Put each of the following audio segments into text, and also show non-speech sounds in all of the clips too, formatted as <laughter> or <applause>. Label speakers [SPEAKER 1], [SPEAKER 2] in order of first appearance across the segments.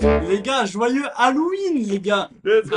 [SPEAKER 1] Putain, joyeux Halloween, les gars!
[SPEAKER 2] Let's go!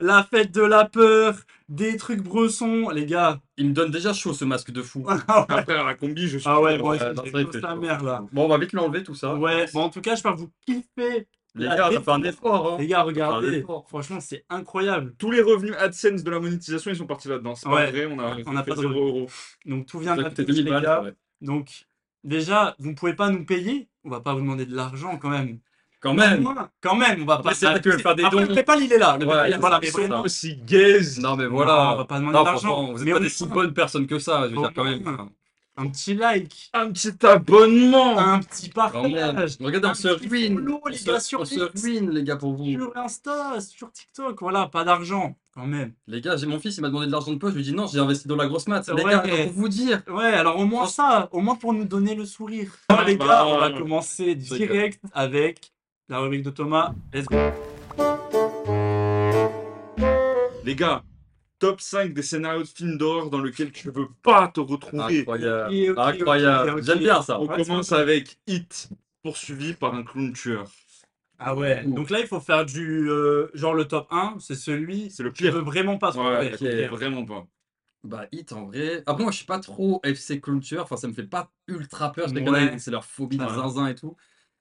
[SPEAKER 1] La fête de la peur, des trucs bressons, les gars. <laughs>
[SPEAKER 2] Il me donne déjà chaud ce masque de fou.
[SPEAKER 1] Ah ouais,
[SPEAKER 2] Après la combi, je suis.
[SPEAKER 1] ah ouais, bon,
[SPEAKER 2] Euh, dans
[SPEAKER 1] c'est
[SPEAKER 2] ça, il
[SPEAKER 1] tous
[SPEAKER 2] fait
[SPEAKER 1] la
[SPEAKER 2] chaud. Ah.
[SPEAKER 1] merde là.
[SPEAKER 2] Bon, on va vite l'enlever tout ça.
[SPEAKER 1] Ouais, bon, en tout cas, j'espère que vous kiffez.
[SPEAKER 2] Les
[SPEAKER 1] la
[SPEAKER 2] gars, ça
[SPEAKER 1] défense.
[SPEAKER 2] fait un effort. Hein.
[SPEAKER 1] Les gars,
[SPEAKER 2] Ah,
[SPEAKER 1] regardez,
[SPEAKER 2] l'effort.
[SPEAKER 1] franchement, c'est incroyable.
[SPEAKER 2] Tous les revenus AdSense de la monétisation, ils sont partis là-dedans. C'est
[SPEAKER 1] Ouais.
[SPEAKER 2] pas vrai, on a,
[SPEAKER 1] On a
[SPEAKER 2] fait
[SPEAKER 1] pas de
[SPEAKER 2] 0
[SPEAKER 1] revenus.
[SPEAKER 2] euros.
[SPEAKER 1] Donc, tout
[SPEAKER 2] Ça
[SPEAKER 1] vient
[SPEAKER 2] a
[SPEAKER 1] de la
[SPEAKER 2] coûté
[SPEAKER 1] Twitch,
[SPEAKER 2] 2000
[SPEAKER 1] les
[SPEAKER 2] balles.
[SPEAKER 1] gars.
[SPEAKER 2] ouais.
[SPEAKER 1] Donc, déjà, vous ne pouvez pas nous payer. On va pas vous demander de l'argent quand même.
[SPEAKER 2] Quand même!
[SPEAKER 1] Moins, Quand même, on va
[SPEAKER 2] Après,
[SPEAKER 1] pas.
[SPEAKER 2] c'est vrai que faire des
[SPEAKER 1] Après,
[SPEAKER 2] dons-
[SPEAKER 1] le PayPal, il est là. Le
[SPEAKER 2] Ouais,
[SPEAKER 1] PayPal,
[SPEAKER 2] c'est
[SPEAKER 1] voilà, mais
[SPEAKER 2] ça.
[SPEAKER 1] vraiment,
[SPEAKER 2] aussi gaze! Non, mais
[SPEAKER 1] on va
[SPEAKER 2] voilà!
[SPEAKER 1] pas demander
[SPEAKER 2] Non,
[SPEAKER 1] d'argent.
[SPEAKER 2] franchement, vous
[SPEAKER 1] Mais
[SPEAKER 2] êtes pas
[SPEAKER 1] au
[SPEAKER 2] des si
[SPEAKER 1] moins,
[SPEAKER 2] bonnes personnes que ça, je veux
[SPEAKER 1] Au
[SPEAKER 2] dire, quand même.
[SPEAKER 1] moins.
[SPEAKER 2] Enfin,
[SPEAKER 1] Un petit like,
[SPEAKER 2] Un petit abonnement!
[SPEAKER 1] un petit
[SPEAKER 2] Quand même.
[SPEAKER 1] partage.
[SPEAKER 2] Regardez, on
[SPEAKER 1] Un
[SPEAKER 2] se
[SPEAKER 1] petit
[SPEAKER 2] ruine!
[SPEAKER 1] follow,
[SPEAKER 2] On
[SPEAKER 1] les
[SPEAKER 2] se-
[SPEAKER 1] gars, sur
[SPEAKER 2] on se
[SPEAKER 1] X.
[SPEAKER 2] ruine, les gars, pour vous!
[SPEAKER 1] sur Insta, sur TikTok, voilà, pas d'argent quand même.
[SPEAKER 2] Les gars, j'ai mon fils, il m'a demandé de l'argent de poche, je lui ai dit non, j'ai investi dans la grosse maths. Les
[SPEAKER 1] Ouais.
[SPEAKER 2] gars, pour vous dire,
[SPEAKER 1] Ouais, alors au moins ça, au moins pour nous donner le sourire. Bon, les
[SPEAKER 2] bah,
[SPEAKER 1] gars, on va
[SPEAKER 2] ouais.
[SPEAKER 1] commencer
[SPEAKER 2] C'est
[SPEAKER 1] direct avec la rubrique de Thomas. Let's go.
[SPEAKER 3] Les gars, top 5 des scénarios de films d'horreur dans lequel tu veux pas te retrouver.
[SPEAKER 2] incroyable,
[SPEAKER 1] Ok, ok,
[SPEAKER 2] incroyable.
[SPEAKER 1] ok, ok.
[SPEAKER 2] J'aime bien ça.
[SPEAKER 3] On
[SPEAKER 1] Ouais,
[SPEAKER 3] commence avec Hit, poursuivi par un clown tueur.
[SPEAKER 1] Ah ouais,
[SPEAKER 2] Ouh.
[SPEAKER 1] donc là, il faut faire du euh, genre le top 1, c'est celui
[SPEAKER 3] C'est le
[SPEAKER 1] qui
[SPEAKER 3] pire.
[SPEAKER 1] veut vraiment pas se
[SPEAKER 3] Ouais,
[SPEAKER 1] tromper.
[SPEAKER 2] ok.
[SPEAKER 3] vraiment pas.
[SPEAKER 2] Bah, hit en vrai. Après, moi, je suis pas trop FC Culture, enfin, ça me fait pas ultra peur. Je les
[SPEAKER 1] Ouais.
[SPEAKER 2] connais, c'est leur phobie de
[SPEAKER 1] Ouais.
[SPEAKER 2] zinzin et tout.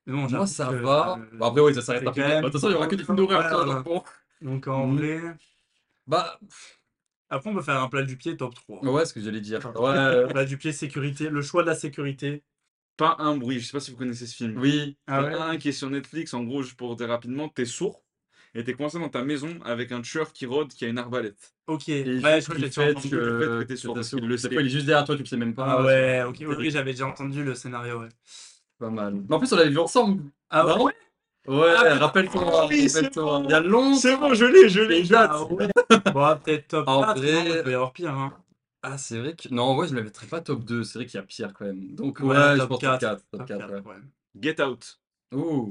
[SPEAKER 1] Non, j'avoue
[SPEAKER 2] Moi, ça
[SPEAKER 1] que,
[SPEAKER 2] va.
[SPEAKER 1] euh,
[SPEAKER 2] Bah, après, oui, ça s'arrête
[SPEAKER 1] c'est
[SPEAKER 2] après.
[SPEAKER 1] quand
[SPEAKER 2] Bah,
[SPEAKER 1] même-
[SPEAKER 2] De toute façon, il y aura que des films d'horreur.
[SPEAKER 1] Ouais,
[SPEAKER 2] tu vois,
[SPEAKER 1] voilà.
[SPEAKER 2] donc bon.
[SPEAKER 1] Donc en
[SPEAKER 2] Mhm.
[SPEAKER 1] vrai,
[SPEAKER 2] Bah,
[SPEAKER 1] après, on peut faire un plat du pied top 3.
[SPEAKER 2] ouais, ce que j'allais dire.
[SPEAKER 1] Pardon.
[SPEAKER 2] Ouais, euh,
[SPEAKER 1] Plat du pied, sécurité, le choix de la sécurité.
[SPEAKER 3] Pas un bruit, je sais pas si vous connaissez ce film.
[SPEAKER 2] oui.
[SPEAKER 3] Il y
[SPEAKER 1] Ah
[SPEAKER 3] en a
[SPEAKER 1] ouais.
[SPEAKER 3] un qui est sur Netflix, en gros, juste pour dire rapidement, t'es sourd et t'es coincé dans ta maison avec un tueur qui rôde qui a une arbalète.
[SPEAKER 1] Ok,
[SPEAKER 2] Et
[SPEAKER 1] ouais,
[SPEAKER 2] juste
[SPEAKER 1] je crois que
[SPEAKER 2] le
[SPEAKER 1] j'ai déjà
[SPEAKER 2] fait
[SPEAKER 1] entendu.
[SPEAKER 3] le fait que
[SPEAKER 2] que
[SPEAKER 3] t'es sourd,
[SPEAKER 2] que t'es
[SPEAKER 3] parce qu'il
[SPEAKER 2] sourd.
[SPEAKER 3] le
[SPEAKER 2] Des
[SPEAKER 3] sait.
[SPEAKER 2] fois, il est juste derrière toi, tu le sais même pas.
[SPEAKER 1] Ah ouais, ok,
[SPEAKER 2] terrible.
[SPEAKER 1] oui, j'avais déjà entendu le scénario, ouais.
[SPEAKER 2] c'est Pas mal. Mais en plus, on l'avait vu ensemble.
[SPEAKER 1] Ah
[SPEAKER 2] Non
[SPEAKER 1] ouais?
[SPEAKER 2] Ouais,
[SPEAKER 3] Ah, putain.
[SPEAKER 2] rappelle-toi,
[SPEAKER 3] Oui, c'est
[SPEAKER 2] rappelle-toi.
[SPEAKER 3] bon.
[SPEAKER 2] Il y a longtemps.
[SPEAKER 3] C'est bon, je l'ai, je
[SPEAKER 2] les
[SPEAKER 3] l'ai.
[SPEAKER 2] dates.
[SPEAKER 1] Ah
[SPEAKER 2] <laughs>
[SPEAKER 1] ouais. Bon, peut-être top
[SPEAKER 2] En
[SPEAKER 1] 4,
[SPEAKER 2] vrai-
[SPEAKER 1] non, il peut y avoir pire, hein.
[SPEAKER 2] Ah, c'est vrai que. Non, ouais, je ne le mettrais pas top 2. C'est vrai qu'il y a pire quand même. Donc,
[SPEAKER 1] Ouais,
[SPEAKER 2] ouais, je
[SPEAKER 1] top
[SPEAKER 2] pense
[SPEAKER 1] quatre,
[SPEAKER 2] top 4. Top
[SPEAKER 1] Top
[SPEAKER 2] 4,
[SPEAKER 1] quatre,
[SPEAKER 2] ouais.
[SPEAKER 1] ouais.
[SPEAKER 3] Get Out.
[SPEAKER 2] Ouh.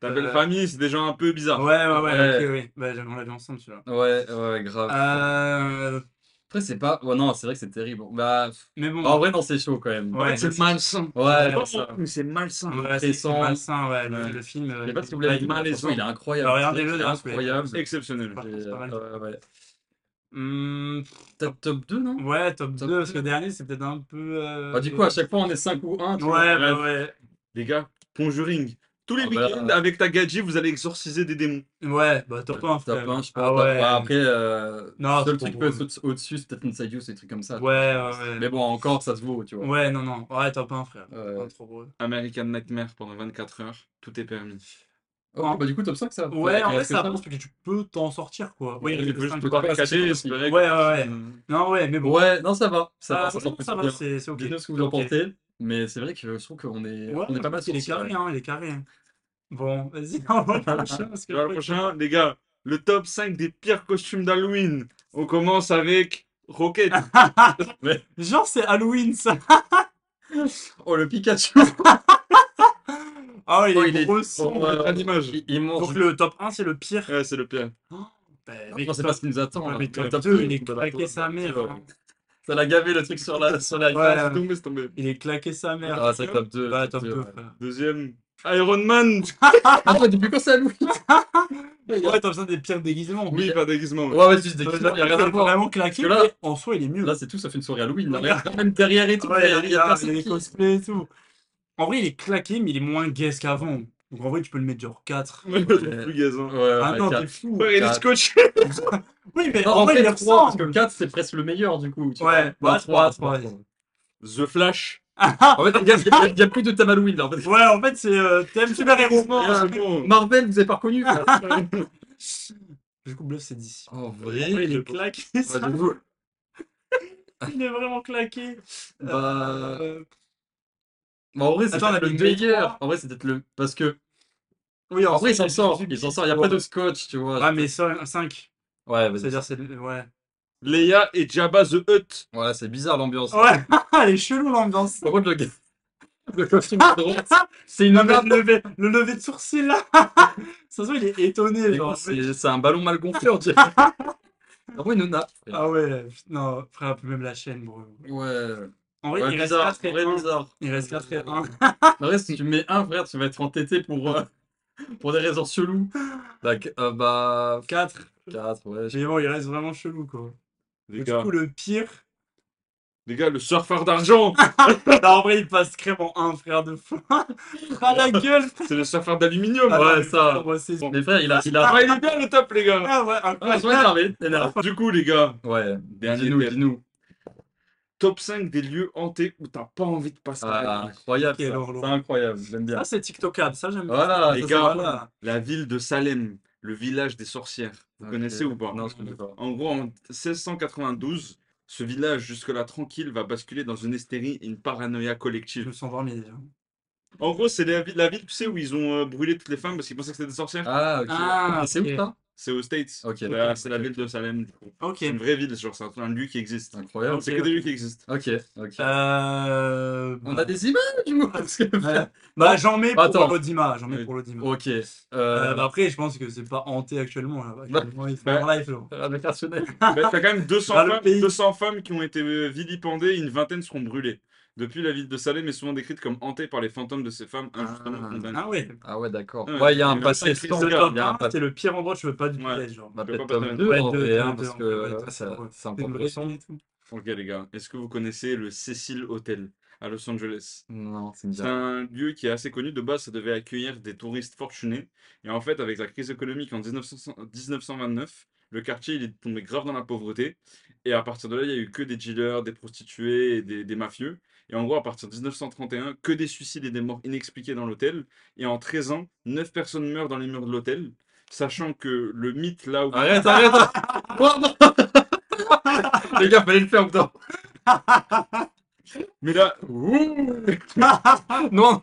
[SPEAKER 3] Ta
[SPEAKER 1] Euh,
[SPEAKER 3] belle famille, c'est des gens un peu
[SPEAKER 1] Ouais,
[SPEAKER 3] bizarres.
[SPEAKER 1] ouais, ouais,
[SPEAKER 2] Ouais.
[SPEAKER 1] ok, oui. Bah, on l'a vu ensemble, celui-là.
[SPEAKER 2] Ouais, ouais, grave.
[SPEAKER 1] Euh,
[SPEAKER 2] Après, c'est pas. Ouais, non, c'est vrai que c'est terrible. Bah, pff,
[SPEAKER 1] mais bon,
[SPEAKER 2] En vrai, non, c'est chaud quand même.
[SPEAKER 1] Ouais.
[SPEAKER 3] C'est malsain.
[SPEAKER 2] Ouais,
[SPEAKER 3] C'est pas
[SPEAKER 2] ça.
[SPEAKER 3] bon, mais c'est malsain.
[SPEAKER 1] ouais, c'est
[SPEAKER 2] Cresson.
[SPEAKER 1] malsain, ouais, le,
[SPEAKER 3] Ouais.
[SPEAKER 1] le film.
[SPEAKER 2] Je
[SPEAKER 1] euh,
[SPEAKER 2] sais pas si vous
[SPEAKER 1] il est
[SPEAKER 2] l'avez vu.
[SPEAKER 1] pas
[SPEAKER 2] mais de toute façon,
[SPEAKER 1] malsain.
[SPEAKER 2] Il est incroyable.
[SPEAKER 1] Alors, regardez-le,
[SPEAKER 2] Il est
[SPEAKER 1] d'ailleurs, si vous l'avez
[SPEAKER 2] incroyable.
[SPEAKER 3] Exceptionnel.
[SPEAKER 1] pas,
[SPEAKER 2] Et,
[SPEAKER 1] c'est pas mal.
[SPEAKER 2] euh, ouais, ouais.
[SPEAKER 1] Hum,
[SPEAKER 2] Peut-être top 2, non
[SPEAKER 1] ouais, top
[SPEAKER 2] Top
[SPEAKER 1] 2, parce que
[SPEAKER 2] deux.
[SPEAKER 1] le dernier, c'est peut-être un peu. euh,
[SPEAKER 2] Bah, Du coup, à chaque fois, on est 5 ou 1.
[SPEAKER 1] Ouais, bah,
[SPEAKER 3] bref.
[SPEAKER 1] ouais.
[SPEAKER 3] Les gars, Conjuring. Tous les
[SPEAKER 2] Ah bah,
[SPEAKER 3] week-ends,
[SPEAKER 2] euh.
[SPEAKER 3] avec ta gadget, vous allez exorciser des démons.
[SPEAKER 1] Ouais, bah, top 1,
[SPEAKER 2] Top 1, je pense.
[SPEAKER 1] Ah ouais.
[SPEAKER 2] Bah, après, euh,
[SPEAKER 1] Non,
[SPEAKER 2] seul
[SPEAKER 1] c'est
[SPEAKER 2] truc
[SPEAKER 1] trop
[SPEAKER 2] peut être au- au-dessus, c'est peut-être Inside You, c'est des trucs comme ça.
[SPEAKER 1] Ouais, ouais, ouais.
[SPEAKER 2] Mais bon, encore, ça se vaut, tu vois.
[SPEAKER 1] Ouais, non, non. Ouais, top 1, frère.
[SPEAKER 2] Ouais.
[SPEAKER 1] Top un, trop beau.
[SPEAKER 3] American Nightmare pendant 24 heures. Tout est permis.
[SPEAKER 2] Ok,
[SPEAKER 1] Ouais.
[SPEAKER 2] bah du coup, top 5, ça.
[SPEAKER 1] Ouais, en
[SPEAKER 2] Est-ce
[SPEAKER 1] vrai,
[SPEAKER 2] que
[SPEAKER 1] ça avance parce que tu peux t'en sortir, quoi. Oui,
[SPEAKER 2] Ouais,
[SPEAKER 1] il
[SPEAKER 2] il
[SPEAKER 1] reste
[SPEAKER 2] peut
[SPEAKER 1] le
[SPEAKER 2] juste
[SPEAKER 1] cinq,
[SPEAKER 2] te
[SPEAKER 1] quoi.
[SPEAKER 2] faire cacher,
[SPEAKER 1] Ouais,
[SPEAKER 3] espérer
[SPEAKER 1] ouais, ouais.
[SPEAKER 3] Hmm.
[SPEAKER 1] Non, ouais, mais bon.
[SPEAKER 2] Ouais, non, ça va. Ça
[SPEAKER 1] Ah,
[SPEAKER 2] va, ça
[SPEAKER 1] ouais,
[SPEAKER 2] sort
[SPEAKER 1] non, ça
[SPEAKER 2] plutôt
[SPEAKER 1] va,
[SPEAKER 2] bien.
[SPEAKER 1] c'est c'est ok.
[SPEAKER 2] Dites-nous ce que vous en
[SPEAKER 1] Ok.
[SPEAKER 2] pensez. Mais c'est vrai que je trouve qu'on est,
[SPEAKER 1] Ouais,
[SPEAKER 2] on est pas mal
[SPEAKER 1] il est
[SPEAKER 2] sortis,
[SPEAKER 1] carré,
[SPEAKER 2] ouais.
[SPEAKER 1] hein, il est carré. hein. Bon, vas-y, on va au prochain. parce que
[SPEAKER 3] Alors,
[SPEAKER 1] après-
[SPEAKER 3] le prochain, les gars, le top 5 des pires costumes d'Halloween. On commence avec Rocket.
[SPEAKER 1] Genre, c'est Halloween, ça.
[SPEAKER 2] Oh, le Pikachu!
[SPEAKER 1] Ah, il
[SPEAKER 2] Oh,
[SPEAKER 1] est gros
[SPEAKER 2] oh,
[SPEAKER 1] son.
[SPEAKER 2] ouais,
[SPEAKER 3] mettra l'image.
[SPEAKER 2] Il, il mange.
[SPEAKER 1] Donc, le top 1, c'est le pire.
[SPEAKER 3] Ouais, c'est le pire.
[SPEAKER 1] Bah,
[SPEAKER 2] Après,
[SPEAKER 1] mec,
[SPEAKER 2] on sait pas
[SPEAKER 1] top-
[SPEAKER 2] ce qui nous attend.
[SPEAKER 1] ouais,
[SPEAKER 2] là.
[SPEAKER 1] mais
[SPEAKER 2] Le
[SPEAKER 1] top 2,
[SPEAKER 2] deux,
[SPEAKER 1] il est
[SPEAKER 2] voilà,
[SPEAKER 1] claqué
[SPEAKER 2] voilà.
[SPEAKER 1] sa mère.
[SPEAKER 2] Ouais.
[SPEAKER 1] hein.
[SPEAKER 2] Ça l'a gavé le truc sur la, sur la
[SPEAKER 1] Ouais.
[SPEAKER 2] glace.
[SPEAKER 3] C'est tombé, c'est tombé.
[SPEAKER 1] Il est claqué sa mère.
[SPEAKER 2] Ah, c'est vrai que top 2.
[SPEAKER 1] Bah, top 2,
[SPEAKER 2] ouais.
[SPEAKER 1] frère.
[SPEAKER 3] Deuxième, Iron Man.
[SPEAKER 2] Attends, depuis quand c'est Halloween?
[SPEAKER 1] Ouais, top 5 des pires déguisements.
[SPEAKER 3] Oui, pas déguisement. ouais.
[SPEAKER 2] Ouais, ouais, juste des
[SPEAKER 1] Ouais,
[SPEAKER 2] kilos,
[SPEAKER 1] là,
[SPEAKER 2] il y a rien à
[SPEAKER 1] c'est
[SPEAKER 2] voir.
[SPEAKER 1] vraiment claqué.
[SPEAKER 2] Parce que là-
[SPEAKER 1] mais en soi, il est mieux.
[SPEAKER 2] Là, c'est tout, ça fait une soirée Halloween. hein. là.
[SPEAKER 1] Ouais.
[SPEAKER 2] Regarde, Même derrière et tout,
[SPEAKER 1] Ouais,
[SPEAKER 2] il y a- il y a personne
[SPEAKER 1] les
[SPEAKER 2] qui-
[SPEAKER 1] cosplays et tout. En vrai, il est claqué, mais il est moins gaze qu'avant. Donc en vrai, tu peux le mettre genre 4.
[SPEAKER 3] Ouais, le truc <laughs> plus gazant.
[SPEAKER 2] Ouais, ouais,
[SPEAKER 1] ah
[SPEAKER 2] ouais,
[SPEAKER 1] non,
[SPEAKER 2] quatre.
[SPEAKER 1] t'es fou.
[SPEAKER 3] Ouais, il est
[SPEAKER 2] Quatre.
[SPEAKER 3] scotché.
[SPEAKER 1] Oui, mais
[SPEAKER 2] Non,
[SPEAKER 1] en,
[SPEAKER 2] en
[SPEAKER 1] vrai,
[SPEAKER 2] fait,
[SPEAKER 1] il
[SPEAKER 2] 3, parce que
[SPEAKER 1] ressemble.
[SPEAKER 2] 4, c'est presque le meilleur, du coup. tu
[SPEAKER 1] Ouais,
[SPEAKER 2] vois.
[SPEAKER 1] bah,
[SPEAKER 2] Non,
[SPEAKER 1] trois,
[SPEAKER 2] trois,
[SPEAKER 1] trois.
[SPEAKER 3] The Flash.
[SPEAKER 2] En fait, il y a- il y a, plus de thème Halloween, là. en fait.
[SPEAKER 1] Ah, Ouais, en fait, c'est euh, thème super héros.
[SPEAKER 3] Ah, c'est bon.
[SPEAKER 2] Marvel, vous avez pas reconnu quoi.
[SPEAKER 1] Du coup, bluff, c'est 10.
[SPEAKER 2] En
[SPEAKER 1] En vrai,
[SPEAKER 2] vrai,
[SPEAKER 1] il
[SPEAKER 2] je
[SPEAKER 1] est
[SPEAKER 2] pense-
[SPEAKER 1] claqué, ça.
[SPEAKER 2] Ouais, de vous.
[SPEAKER 1] <laughs> Il est vraiment claqué.
[SPEAKER 2] Bah,
[SPEAKER 1] Euh,
[SPEAKER 2] bah, en vrai, c'est
[SPEAKER 1] Attends, on
[SPEAKER 2] peut-être
[SPEAKER 1] avait
[SPEAKER 2] le
[SPEAKER 1] mis les
[SPEAKER 2] meilleur.
[SPEAKER 1] trois.
[SPEAKER 2] En vrai, c'est peut-être le. Parce que.
[SPEAKER 1] Oui,
[SPEAKER 2] En vrai, il
[SPEAKER 1] soi,
[SPEAKER 2] s'en sort.
[SPEAKER 1] est
[SPEAKER 2] Il s'en
[SPEAKER 1] subtil,
[SPEAKER 2] sort. Il n'y a
[SPEAKER 1] ouais.
[SPEAKER 2] pas de scotch, tu vois.
[SPEAKER 1] Ah, mais 5.
[SPEAKER 2] Ouais, vas-y.
[SPEAKER 1] C'est-à-dire, c'est. Ouais.
[SPEAKER 3] Leia et Jabba the Hutt.
[SPEAKER 2] Ouais, c'est bizarre l'ambiance.
[SPEAKER 1] Ouais, <laughs> elle est chelou l'ambiance.
[SPEAKER 2] Par contre, le gars. Le costume de droite, c'est une
[SPEAKER 1] Non, mais
[SPEAKER 2] merde.
[SPEAKER 1] le lever, le lever de sourcil là, <laughs> ça se voit, il est étonné.
[SPEAKER 2] Mais
[SPEAKER 1] Genre.
[SPEAKER 2] C'est c'est un ballon mal gonflé, on dirait. Ah ouais, Nona.
[SPEAKER 1] Ah ouais, non, frère, même la chaîne, bro.
[SPEAKER 2] Ouais.
[SPEAKER 1] En vrai,
[SPEAKER 2] Ouais,
[SPEAKER 1] il,
[SPEAKER 2] bizarre.
[SPEAKER 1] reste 4
[SPEAKER 2] en vrai,
[SPEAKER 1] et 1.
[SPEAKER 2] bizarre.
[SPEAKER 1] il reste 4 et 1.
[SPEAKER 2] Le reste, si tu mets un, frère, tu vas être entêté pour. euh, Pour des raisons cheloues. Donc, euh, bah.
[SPEAKER 1] 4.
[SPEAKER 2] 4, ouais. je-
[SPEAKER 1] Mais bon, il reste vraiment chelou, quoi.
[SPEAKER 3] Les
[SPEAKER 1] du
[SPEAKER 3] gars,
[SPEAKER 1] coup, le pire.
[SPEAKER 3] les gars, le surfeur d'argent
[SPEAKER 1] Non, en vrai, il passe crème en 1, frère de fou. <laughs> à la gueule.
[SPEAKER 3] C'est le surfeur d'aluminium
[SPEAKER 1] Ah,
[SPEAKER 2] ouais,
[SPEAKER 1] mais
[SPEAKER 2] ça.
[SPEAKER 1] frère, moi, c'est-
[SPEAKER 3] Bon.
[SPEAKER 2] Mais frère, il a. Il a...
[SPEAKER 3] Ah, il est bien le top, les gars
[SPEAKER 1] Ah ouais,
[SPEAKER 2] Ah, je
[SPEAKER 1] incroyable.
[SPEAKER 2] vois qu'il avait l'énerve.
[SPEAKER 3] Du coup, les gars,
[SPEAKER 2] Ouais.
[SPEAKER 3] dernier
[SPEAKER 2] Dis-nous,
[SPEAKER 3] thème.
[SPEAKER 2] dis-nous.
[SPEAKER 3] top 5 des lieux hantés où t'as pas envie de passer ta
[SPEAKER 2] Ah,
[SPEAKER 3] vie.
[SPEAKER 2] incroyable.
[SPEAKER 1] Quel
[SPEAKER 2] ça.
[SPEAKER 1] horloir.
[SPEAKER 2] C'est incroyable, j'aime bien.
[SPEAKER 1] Ça, c'est TikTokable, ça, j'aime bien.
[SPEAKER 2] Voilà,
[SPEAKER 3] les
[SPEAKER 2] ça, c'est
[SPEAKER 3] gars,
[SPEAKER 2] cool.
[SPEAKER 1] Voilà.
[SPEAKER 3] La ville de Salem, le village des sorcières. Vous
[SPEAKER 2] Ok.
[SPEAKER 3] connaissez ou pas
[SPEAKER 2] Non, je connais pas.
[SPEAKER 3] En gros, en 1692, ce village jusque-là tranquille va basculer dans une hystérie et une paranoïa
[SPEAKER 1] Je me
[SPEAKER 3] collective.
[SPEAKER 1] suis endormi déjà.
[SPEAKER 3] En gros, c'est la, vi- la ville, tu sais, où ils ont euh, brûlé toutes les femmes parce qu'ils pensaient que c'était des sorcières.
[SPEAKER 2] Ah, ok.
[SPEAKER 1] Ah,
[SPEAKER 2] Et c'est où
[SPEAKER 1] ok.
[SPEAKER 2] ça
[SPEAKER 3] C'est aux States.
[SPEAKER 2] Ok,
[SPEAKER 3] Bah,
[SPEAKER 2] d'accord,
[SPEAKER 3] c'est la
[SPEAKER 2] ok.
[SPEAKER 3] ville de Salem, du coup.
[SPEAKER 1] Ok.
[SPEAKER 3] C'est une vraie ville, genre, c'est un lieu qui existe.
[SPEAKER 2] Incroyable.
[SPEAKER 3] C'est que des lieux qui existent.
[SPEAKER 2] Ok, ok.
[SPEAKER 1] Ah, Euh...
[SPEAKER 2] On a des images ou parce que-
[SPEAKER 1] Ouais. Bah, j'en mets pour
[SPEAKER 2] Attends.
[SPEAKER 1] l'Odima. J'en mets
[SPEAKER 3] Oui.
[SPEAKER 1] pour l'Odima.
[SPEAKER 2] <laughs> Ok. Euh,
[SPEAKER 1] Euh, bah, après, je pense que c'est pas hanté actuellement. Là. Actuellement, il fait
[SPEAKER 3] bah,
[SPEAKER 1] un live. genre.
[SPEAKER 2] Avec rationnel.
[SPEAKER 3] Bah, t'as quand même
[SPEAKER 1] <laughs>
[SPEAKER 3] 200
[SPEAKER 1] Dans le
[SPEAKER 3] femmes,
[SPEAKER 1] pays.
[SPEAKER 3] 200 femmes qui ont été euh, vilipendées et une vingtaine seront brûlées. Depuis, la ville de Salem est souvent décrite comme hantée par les fantômes de ces femmes injustement
[SPEAKER 2] Ah.
[SPEAKER 3] condamnées.
[SPEAKER 1] Ah ouais.
[SPEAKER 2] Ah ouais, d'accord.
[SPEAKER 3] Ouais,
[SPEAKER 2] Ouais, il y a
[SPEAKER 3] il y
[SPEAKER 2] un
[SPEAKER 3] a
[SPEAKER 2] passé
[SPEAKER 3] un sacré
[SPEAKER 2] sombre.
[SPEAKER 1] Le
[SPEAKER 3] gars,
[SPEAKER 1] top
[SPEAKER 2] Il y a un
[SPEAKER 1] 1,
[SPEAKER 2] passé.
[SPEAKER 1] Ah, c'est le pire endroit que je veux pas du
[SPEAKER 3] Ouais.
[SPEAKER 1] plaisage, genre.
[SPEAKER 2] On va
[SPEAKER 3] Je peux
[SPEAKER 2] peut-être
[SPEAKER 3] pas
[SPEAKER 2] top
[SPEAKER 3] passer
[SPEAKER 2] 2 en
[SPEAKER 1] Ouais, deux,
[SPEAKER 2] vrai,
[SPEAKER 1] deux,
[SPEAKER 2] hein,
[SPEAKER 1] deux,
[SPEAKER 2] parce
[SPEAKER 1] on
[SPEAKER 2] que
[SPEAKER 1] peut pas
[SPEAKER 2] ouais,
[SPEAKER 1] passer,
[SPEAKER 2] ça-
[SPEAKER 1] ouais.
[SPEAKER 2] c'est
[SPEAKER 1] C'est
[SPEAKER 2] un
[SPEAKER 1] une
[SPEAKER 2] propre
[SPEAKER 1] vraie
[SPEAKER 2] son.
[SPEAKER 1] vie et tout.
[SPEAKER 3] Ok, les gars, est-ce que vous connaissez le Cecil Hotel à Los Angeles?
[SPEAKER 2] Non, c'est
[SPEAKER 3] C'est
[SPEAKER 2] bien.
[SPEAKER 3] un lieu qui est assez connu. De base, ça devait accueillir des touristes fortunés. Et en fait, avec la crise économique en 1900 1929, le quartier il est tombé grave dans la pauvreté. Et à partir de là, il n'y a eu que des dealers, des prostituées et des, des mafieux. Et en gros, à partir de 1931, que des suicides et des morts inexpliquées dans l'hôtel. Et en 13 ans, 9 personnes meurent dans les murs de l'hôtel. Sachant que le mythe là où.
[SPEAKER 2] Arrête, arrête. Pardon. <laughs> Les gars, fallait le faire putain.
[SPEAKER 3] Mais là,
[SPEAKER 2] Ouh. Non. non.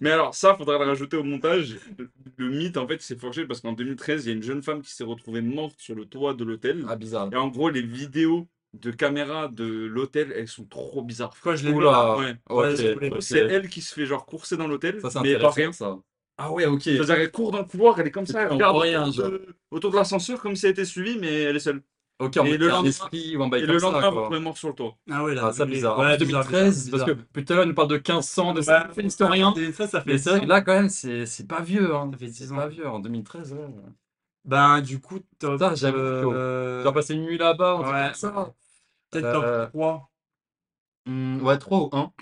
[SPEAKER 3] Mais alors, ça, faudra le rajouter au montage. Le, le mythe, en fait, s'est forgé parce qu'en 2013, il y a une jeune femme qui s'est retrouvée morte sur le toit de l'hôtel.
[SPEAKER 2] Ah bizarre.
[SPEAKER 3] Et en gros, les vidéos de caméras de l'hôtel, elles sont trop bizarres.
[SPEAKER 1] Pourquoi je l'ai mis là
[SPEAKER 2] Oula.
[SPEAKER 3] Ouais.
[SPEAKER 1] Ouais,
[SPEAKER 2] Ok.
[SPEAKER 1] je voulais-
[SPEAKER 2] ok.
[SPEAKER 3] C'est elle qui se fait genre courser dans l'hôtel,
[SPEAKER 2] Ça c'est
[SPEAKER 3] mais pas
[SPEAKER 2] intéressant
[SPEAKER 3] rien.
[SPEAKER 2] ça. Ah ouais, ok.
[SPEAKER 3] C'est-à-dire, elle court dans le couloir, elle est comme ça, elle
[SPEAKER 2] Elle
[SPEAKER 3] regarde
[SPEAKER 2] prend rien,
[SPEAKER 3] autour de- autour de l'ascenseur comme si elle était suivie, mais elle est seule.
[SPEAKER 2] Ok, en
[SPEAKER 3] Et
[SPEAKER 2] mode
[SPEAKER 3] le
[SPEAKER 2] le
[SPEAKER 3] lendemain-
[SPEAKER 2] esprit ou un bail
[SPEAKER 3] Et
[SPEAKER 2] comme
[SPEAKER 3] le
[SPEAKER 2] ça,
[SPEAKER 3] lendemain, vous
[SPEAKER 2] quoi.
[SPEAKER 3] retrouvez mort sur le toit.
[SPEAKER 1] Ah ouais, là.
[SPEAKER 2] Ah, ça
[SPEAKER 1] oui.
[SPEAKER 2] bizarre.
[SPEAKER 1] Ouais,
[SPEAKER 2] En
[SPEAKER 1] bizarre,
[SPEAKER 2] 2013,
[SPEAKER 1] bizarre,
[SPEAKER 2] parce que plus tard, on parle de 1500, de
[SPEAKER 1] bizarre.
[SPEAKER 2] ça, fait l'historien.
[SPEAKER 1] Ouais, Ça, ça fait
[SPEAKER 2] Mais c'est vrai que
[SPEAKER 1] dix ans.
[SPEAKER 2] là, quand même, c'est c'est pas vieux. Hein.
[SPEAKER 1] Ça fait
[SPEAKER 2] C'est
[SPEAKER 1] 10 ans.
[SPEAKER 2] pas vieux. En 2013, ouais.
[SPEAKER 1] Ben, Bah, du coup, top.
[SPEAKER 2] Putain, j'avoue, chaud.
[SPEAKER 1] euh,
[SPEAKER 2] J'ai passé une nuit là-bas, on
[SPEAKER 1] ouais.
[SPEAKER 2] ouais. ça.
[SPEAKER 1] Peut-être
[SPEAKER 2] Euh,
[SPEAKER 1] top 3.
[SPEAKER 2] Hmm, ouais, 3 ou 1.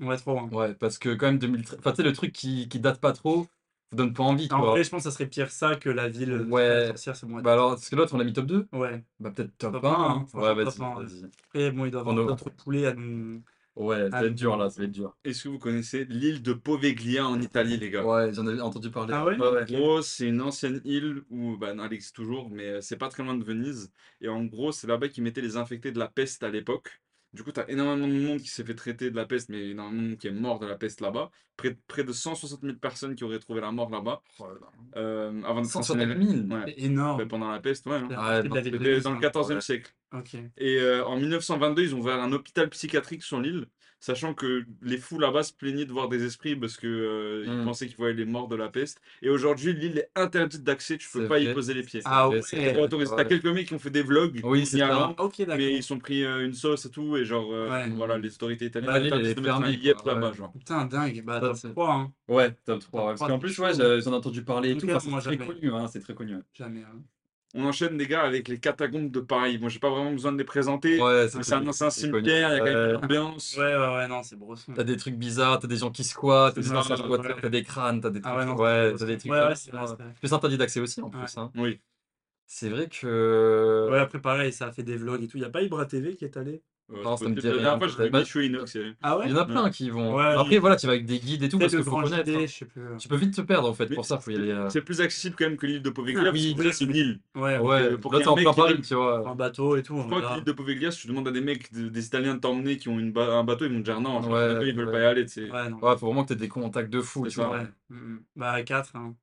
[SPEAKER 1] Ouais, 3. hein.
[SPEAKER 2] Ouais, parce que quand même, 2013. Enfin, tu sais, le truc qui, qui date pas trop, ça donne pas envie,
[SPEAKER 1] En
[SPEAKER 2] quoi.
[SPEAKER 1] vrai, je pense que ça serait pire ça que la ville euh,
[SPEAKER 2] Ouais.
[SPEAKER 1] la sorcière, c'est moins.
[SPEAKER 2] Bah alors, parce que l'autre, on l'a mis top 2.
[SPEAKER 1] Ouais.
[SPEAKER 2] Bah peut-être top,
[SPEAKER 1] Top
[SPEAKER 2] 1.
[SPEAKER 1] un, hein,
[SPEAKER 2] hein.
[SPEAKER 1] franchement,
[SPEAKER 2] Ouais,
[SPEAKER 1] top
[SPEAKER 2] vas-y,
[SPEAKER 1] un, ouais.
[SPEAKER 2] vas-y.
[SPEAKER 1] Après, bon, il doit avoir
[SPEAKER 2] On a-
[SPEAKER 1] d'autres poulets à nous.
[SPEAKER 2] Ouais, ça
[SPEAKER 1] Ah,
[SPEAKER 2] va être dur,
[SPEAKER 1] mais-
[SPEAKER 2] là, ça va être dur.
[SPEAKER 3] Est-ce que vous connaissez l'île de Poveglia en Italie, les gars?
[SPEAKER 2] Ouais, j'en avais entendu parler.
[SPEAKER 1] Ah ouais
[SPEAKER 2] ouais.
[SPEAKER 3] En gros, c'est une ancienne île où, bah, non, elle existe toujours, mais euh, c'est pas très loin de Venise. Et en gros, c'est là-bas qu'ils mettaient les infectés de la peste à l'époque. Du coup, t'as énormément de monde qui s'est fait traiter de la peste, mais énormément de monde qui est mort de la peste là-bas. Près, près de 160 000 personnes qui auraient trouvé la mort là-bas
[SPEAKER 2] Oh là là.
[SPEAKER 3] euh, avant de
[SPEAKER 2] 160
[SPEAKER 3] transférer
[SPEAKER 2] 000.
[SPEAKER 3] Ouais,
[SPEAKER 1] C'est
[SPEAKER 3] bah,
[SPEAKER 1] énorme.
[SPEAKER 3] pendant la peste, ouais. hein.
[SPEAKER 1] La
[SPEAKER 2] Ouais,
[SPEAKER 1] partie de la
[SPEAKER 2] parce
[SPEAKER 1] ville de
[SPEAKER 3] C'était
[SPEAKER 1] Toulouse,
[SPEAKER 3] dans le
[SPEAKER 1] hein.
[SPEAKER 3] 14e
[SPEAKER 2] Ouais.
[SPEAKER 3] siècle.
[SPEAKER 1] Ok.
[SPEAKER 3] Et euh, en 1922, ils ont ouvert un hôpital psychiatrique sur l'île, sachant que les fous là-bas se plaignaient de voir des esprits parce que euh, ils
[SPEAKER 2] Hmm.
[SPEAKER 3] pensaient qu'ils voyaient les morts de la peste. Et aujourd'hui, l'île est interdite d'accès, tu peux
[SPEAKER 2] C'est
[SPEAKER 3] pas y
[SPEAKER 2] vrai.
[SPEAKER 3] poser les pieds.
[SPEAKER 2] C'est
[SPEAKER 1] Ah
[SPEAKER 2] vrai,
[SPEAKER 1] ouais.
[SPEAKER 2] c'est
[SPEAKER 1] C'est
[SPEAKER 3] C'est pas
[SPEAKER 2] vrai,
[SPEAKER 3] autorisé.
[SPEAKER 2] ouais.
[SPEAKER 3] T'as quelques mecs qui ont fait des vlogs
[SPEAKER 2] Oui,
[SPEAKER 3] il
[SPEAKER 2] c'est
[SPEAKER 3] y a un
[SPEAKER 2] ça.
[SPEAKER 3] an,
[SPEAKER 1] Ok,
[SPEAKER 3] mais
[SPEAKER 1] d'accord.
[SPEAKER 3] ils sont pris euh, une sauce et tout, et genre, euh,
[SPEAKER 1] Ouais.
[SPEAKER 3] voilà, les autorités italiennes
[SPEAKER 2] Bah, l'île, elle
[SPEAKER 3] interdisent
[SPEAKER 2] est
[SPEAKER 3] de mettre un
[SPEAKER 2] fermée,
[SPEAKER 3] yep
[SPEAKER 2] quoi,
[SPEAKER 3] là-bas,
[SPEAKER 2] ouais.
[SPEAKER 3] genre.
[SPEAKER 1] Putain, dingue. Bah,
[SPEAKER 2] Ça,
[SPEAKER 1] top
[SPEAKER 2] c'est-
[SPEAKER 1] 3. Hein.
[SPEAKER 2] Ouais, top 3.
[SPEAKER 1] Top
[SPEAKER 2] ouais. Parce
[SPEAKER 1] trois,
[SPEAKER 2] qu'en
[SPEAKER 1] c'est
[SPEAKER 2] plus,
[SPEAKER 1] chaud.
[SPEAKER 2] ouais, j'ai- j'en ai entendu parler et
[SPEAKER 1] Ok,
[SPEAKER 2] tout. Enfin,
[SPEAKER 1] moi,
[SPEAKER 2] c'est très
[SPEAKER 1] jamais.
[SPEAKER 2] connu, hein, c'est très connu. ouais.
[SPEAKER 1] Jamais. hein.
[SPEAKER 3] On enchaîne, les gars, avec les catacombes de Paris. Moi, j'ai pas vraiment besoin de les présenter.
[SPEAKER 2] Ouais, c'est
[SPEAKER 3] C'est un
[SPEAKER 2] connu.
[SPEAKER 3] ancien
[SPEAKER 2] c'est connu.
[SPEAKER 3] cimetière, il y a quand même
[SPEAKER 2] Euh,
[SPEAKER 3] une ambiance.
[SPEAKER 1] Ouais, ouais, ouais, non, c'est brosson.
[SPEAKER 2] T'as des trucs bizarres, t'as des gens qui squattent, t'as des
[SPEAKER 3] C'est
[SPEAKER 2] gens
[SPEAKER 3] ça,
[SPEAKER 2] qui squattent,
[SPEAKER 1] ouais.
[SPEAKER 2] t'as des crânes, t'as des
[SPEAKER 1] Ah
[SPEAKER 2] trucs.
[SPEAKER 1] ouais, non,
[SPEAKER 2] ouais,
[SPEAKER 1] c'est-
[SPEAKER 2] t'as des trucs.
[SPEAKER 1] ouais,
[SPEAKER 2] comme
[SPEAKER 1] ouais, c'est vrai,
[SPEAKER 2] ça.
[SPEAKER 1] c'est vrai.
[SPEAKER 2] Plus interdit d'accès aussi,
[SPEAKER 1] Ouais.
[SPEAKER 2] en plus. hein.
[SPEAKER 3] Oui.
[SPEAKER 2] C'est vrai que.
[SPEAKER 1] Ouais, après, pareil, ça a fait des vlogs et tout. Y a pas Ibra TV qui est allé
[SPEAKER 3] Euh,
[SPEAKER 2] Non,
[SPEAKER 3] c'est
[SPEAKER 2] ça
[SPEAKER 3] possible.
[SPEAKER 2] me dit
[SPEAKER 3] La
[SPEAKER 2] rien,
[SPEAKER 3] dernière fois, j'ai vu
[SPEAKER 2] peut-être.
[SPEAKER 3] Michou et Inox. il y avait-
[SPEAKER 1] Ah ouais
[SPEAKER 2] Il y en a plein qui vont.
[SPEAKER 1] Ouais,
[SPEAKER 2] Après, voilà, tu vas avec des guides et tout, parce
[SPEAKER 1] Peut-être
[SPEAKER 2] que
[SPEAKER 1] le
[SPEAKER 2] faut
[SPEAKER 1] Grand
[SPEAKER 2] connaître.
[SPEAKER 1] JT,
[SPEAKER 2] hein.
[SPEAKER 1] je sais plus. euh.
[SPEAKER 2] Tu peux vite te perdre, en fait.
[SPEAKER 3] Mais
[SPEAKER 2] Pour ça, faut y aller. euh,
[SPEAKER 3] C'est plus accessible quand même que l'île de Poveglia. parce
[SPEAKER 2] Oui.
[SPEAKER 3] que c'est une île.
[SPEAKER 1] Ouais, ouais.
[SPEAKER 2] Ouais,
[SPEAKER 3] euh, pour
[SPEAKER 2] là,
[SPEAKER 3] qu'il y ait
[SPEAKER 2] t'es
[SPEAKER 3] un
[SPEAKER 2] en
[SPEAKER 3] mec
[SPEAKER 2] plein
[SPEAKER 3] qui
[SPEAKER 2] Paris,
[SPEAKER 3] donne-
[SPEAKER 2] tu vois.
[SPEAKER 1] En bateau et tout.
[SPEAKER 2] Ah,
[SPEAKER 3] Je crois que l'île de Poveglia, si tu demandes à des mecs, de- des Italiens de t'emmener qui ont une ba- un bateau, ils vont te dire non. Genre,
[SPEAKER 2] Ouais,
[SPEAKER 3] le bateau, ils veulent
[SPEAKER 2] ouais.
[SPEAKER 3] pas y aller. tu sais.
[SPEAKER 1] Ouais, non.
[SPEAKER 2] Ouais, faut vraiment que t'aies des contacts de fou,
[SPEAKER 3] C'est
[SPEAKER 2] tu
[SPEAKER 3] ça.
[SPEAKER 2] vois.
[SPEAKER 1] Ouais. Mm, mm. Bah, 4. Hein.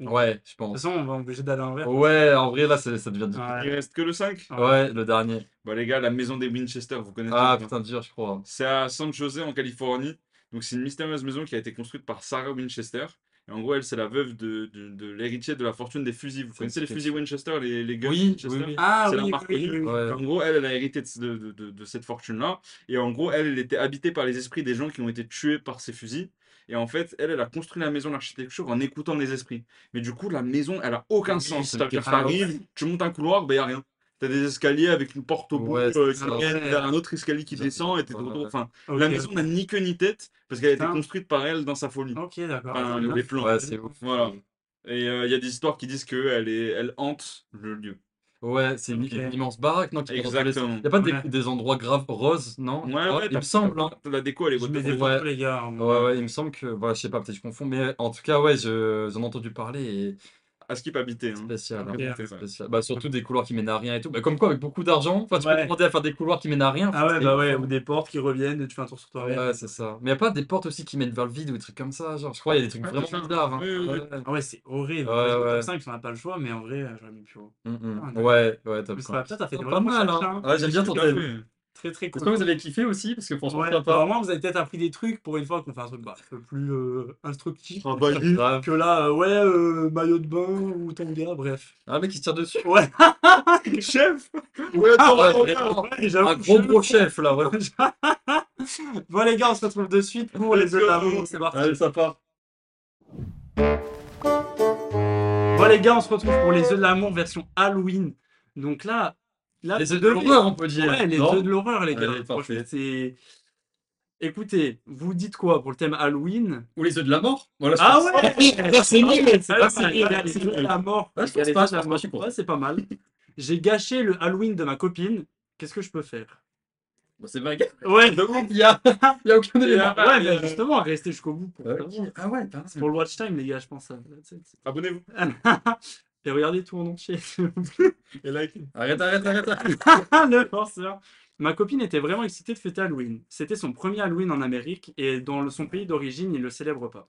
[SPEAKER 1] Ouais.
[SPEAKER 2] Ouais, je
[SPEAKER 1] De toute
[SPEAKER 2] pense.
[SPEAKER 1] façon, on va obliger d'aller en vert.
[SPEAKER 2] Ouais, en vrai, là, c'est- ça devient difficile.
[SPEAKER 1] Ouais.
[SPEAKER 3] Il reste que le 5.
[SPEAKER 2] Ouais, le dernier.
[SPEAKER 3] Bah, les gars, la maison des Winchester, vous connaissez.
[SPEAKER 2] Ah,
[SPEAKER 3] ou pas
[SPEAKER 2] putain, dur, je crois.
[SPEAKER 3] C'est à San José, en Californie. Donc, c'est une mystérieuse maison qui a été construite par Sarah Winchester. Et en gros, elle, c'est la veuve de, de- de l'héritier de la fortune des fusils. Vous
[SPEAKER 2] Ça
[SPEAKER 3] connaissez les
[SPEAKER 2] explique.
[SPEAKER 3] fusils Winchester, les, les guns
[SPEAKER 2] Oui, oui,
[SPEAKER 3] Winchester
[SPEAKER 2] oui.
[SPEAKER 1] Ah
[SPEAKER 3] C'est
[SPEAKER 1] oui,
[SPEAKER 3] leur
[SPEAKER 1] oui,
[SPEAKER 3] marque
[SPEAKER 1] oui,
[SPEAKER 3] connue.
[SPEAKER 1] oui.
[SPEAKER 2] Ouais.
[SPEAKER 3] Euh, En gros, elle, elle a hérité de, ce- de- de- de cette fortune-là. Et en gros, elle, elle était habitée par les esprits des gens qui ont été tués par ces fusils. Et en fait, elle, elle a construit la maison d'architecture en écoutant les esprits. Mais du coup, la maison, elle a aucun
[SPEAKER 2] Oui,
[SPEAKER 3] sens.
[SPEAKER 2] c'est
[SPEAKER 3] C'est-à-dire,
[SPEAKER 2] quelque
[SPEAKER 3] t'arrives, tu montes un couloir, ben y a rien. T'as des escaliers avec une porte au bout
[SPEAKER 2] Ouais,
[SPEAKER 3] euh,
[SPEAKER 2] c'est
[SPEAKER 3] qui
[SPEAKER 2] ça.
[SPEAKER 3] mène vers un autre escalier qui
[SPEAKER 2] Ouais.
[SPEAKER 3] descend et t'es de retour.
[SPEAKER 2] Ouais.
[SPEAKER 3] Enfin,
[SPEAKER 1] Ok,
[SPEAKER 3] la maison n'a ni queue ni tête parce qu'elle a été
[SPEAKER 1] Putain.
[SPEAKER 3] construite par elle dans sa folie.
[SPEAKER 1] Ok, d'accord.
[SPEAKER 3] Enfin,
[SPEAKER 1] Très bien.
[SPEAKER 3] les plans.
[SPEAKER 2] Ouais, c'est ouf.
[SPEAKER 3] Voilà. Et euh, il y a des histoires qui disent qu'elle est... elle hante le lieu.
[SPEAKER 2] Ouais, c'est une,
[SPEAKER 1] Ok.
[SPEAKER 2] une immense baraque, non? Qui
[SPEAKER 3] Exactement.
[SPEAKER 2] Il a pas des,
[SPEAKER 1] Ouais.
[SPEAKER 2] des endroits graves roses, non?
[SPEAKER 3] Ouais,
[SPEAKER 2] Ah,
[SPEAKER 3] ouais,
[SPEAKER 2] il
[SPEAKER 3] t'as-
[SPEAKER 2] me semble, hein.
[SPEAKER 3] La déco, elle est
[SPEAKER 1] Je mets
[SPEAKER 3] beauté.
[SPEAKER 1] des
[SPEAKER 2] Ouais.
[SPEAKER 1] photos, les gars. hein.
[SPEAKER 2] Ouais, ouais, il me semble que, voilà, je sais pas, peut-être que je confonds, mais en tout cas, ouais, je, j'en ai entendu parler et
[SPEAKER 3] À skip habité. Hein.
[SPEAKER 2] spécial, hein,
[SPEAKER 1] Ok.
[SPEAKER 3] Ouais.
[SPEAKER 2] spécial. Bah, surtout des couloirs qui mènent à rien et tout. Bah, comme quoi, avec beaucoup d'argent, enfin, tu peux
[SPEAKER 1] Ouais.
[SPEAKER 2] demander à faire des couloirs qui mènent à rien.
[SPEAKER 1] Ah ouais,
[SPEAKER 2] c'est-
[SPEAKER 1] bah ouais, ou des portes qui reviennent et tu fais un tour sur toi.
[SPEAKER 2] Ouais, c'est ça. Mais y a pas des portes aussi qui mènent vers le vide ou des trucs comme ça, genre, je crois, il y a des trucs
[SPEAKER 3] Ouais,
[SPEAKER 2] vraiment
[SPEAKER 3] c'est ça.
[SPEAKER 2] bizarres, hein.
[SPEAKER 3] Oui, oui, oui.
[SPEAKER 2] Ouais.
[SPEAKER 1] Ah ouais, c'est horrible.
[SPEAKER 2] Ouais,
[SPEAKER 1] C'est
[SPEAKER 2] ouais.
[SPEAKER 1] top 5, on n'a pas le choix, mais en vrai, euh, j'aurais mis plus haut.
[SPEAKER 2] Mm, mm.
[SPEAKER 1] Ah,
[SPEAKER 2] Ouais, ouais, top
[SPEAKER 1] Mais ça
[SPEAKER 2] cinq.
[SPEAKER 1] va, putain, t'as fait
[SPEAKER 2] Ah,
[SPEAKER 1] des
[SPEAKER 2] pas
[SPEAKER 1] bonnes
[SPEAKER 2] mal,
[SPEAKER 1] recherches,
[SPEAKER 2] hein.
[SPEAKER 1] là, hein.
[SPEAKER 2] Ouais, j'aime bien ton
[SPEAKER 3] Tout à
[SPEAKER 2] thème.
[SPEAKER 3] fait.
[SPEAKER 1] Très très
[SPEAKER 2] J'espère
[SPEAKER 1] cool.
[SPEAKER 2] que vous avez kiffé aussi, parce que franchement,
[SPEAKER 1] Ouais,
[SPEAKER 2] sympa.
[SPEAKER 1] apparemment, vous avez peut-être appris des trucs pour une fois qu'on fait un truc bah, un peu plus euh, instructif.
[SPEAKER 3] Ah bah, <laughs> lui.
[SPEAKER 2] Grave.
[SPEAKER 1] Que là, euh, ouais, euh, maillot de bain ou tanga, bref.
[SPEAKER 2] Ah, le mec, il se tire dessus.
[SPEAKER 1] Ouais,
[SPEAKER 3] Chef Ouais, attends,
[SPEAKER 2] Ah, Ouais,
[SPEAKER 3] attends,
[SPEAKER 2] vraiment.
[SPEAKER 1] Ah, ouais, j'avoue.
[SPEAKER 2] Un gros
[SPEAKER 1] je-
[SPEAKER 2] gros chef, là, ouais.
[SPEAKER 1] Bon, les gars, on se retrouve de suite pour les
[SPEAKER 3] Let's
[SPEAKER 1] jeux
[SPEAKER 3] go.
[SPEAKER 1] d'amour. C'est parti.
[SPEAKER 2] Allez, Ah, sympa.
[SPEAKER 1] Bon les gars, on se retrouve pour les œufs de l'amour version Halloween. Donc là, là
[SPEAKER 2] Les
[SPEAKER 1] vous
[SPEAKER 2] œufs de
[SPEAKER 1] devez-
[SPEAKER 2] l'horreur, on peut dire.
[SPEAKER 1] Ouais, les
[SPEAKER 2] non
[SPEAKER 1] œufs de l'horreur les gars.
[SPEAKER 2] Allez, parfait.
[SPEAKER 1] Franchement, c'est Écoutez, vous dites quoi pour le thème Halloween
[SPEAKER 2] Ou les œufs de la mort Voilà, je
[SPEAKER 1] Ah
[SPEAKER 2] <laughs> pense-
[SPEAKER 1] ouais
[SPEAKER 2] C'est nul, c'est
[SPEAKER 1] Ah,
[SPEAKER 2] pas
[SPEAKER 1] c'est
[SPEAKER 2] sérieux.
[SPEAKER 1] pas- c'est pas la mort.
[SPEAKER 2] Ouais, je
[SPEAKER 1] Les
[SPEAKER 2] pense
[SPEAKER 1] gars, les œufs de la
[SPEAKER 2] pas, je pense pas,
[SPEAKER 1] mort.
[SPEAKER 2] je suis contre.
[SPEAKER 1] Ouais, c'est pas mal. J'ai gâché le Halloween de ma copine. Qu'est-ce que je peux faire
[SPEAKER 2] Bon, c'est vague.
[SPEAKER 1] Ouais.
[SPEAKER 2] Il y a, il y a aucun
[SPEAKER 1] Ouais,
[SPEAKER 2] élément.
[SPEAKER 1] mais justement, restez jusqu'au bout pour
[SPEAKER 2] Ok.
[SPEAKER 1] savoir.
[SPEAKER 2] Ah ouais, t'as
[SPEAKER 1] C'est pour le watch time les gars, je pense. ça.
[SPEAKER 3] Abonnez-vous
[SPEAKER 1] <laughs> Et regardez tout en entier.
[SPEAKER 3] et likez.
[SPEAKER 2] Arrête, arrête, arrête. arrête.
[SPEAKER 1] Ah, <laughs> le forceur. Ma copine était vraiment excitée de fêter Halloween. C'était son premier Halloween en Amérique et dans le- son pays d'origine, il ne le célèbre pas.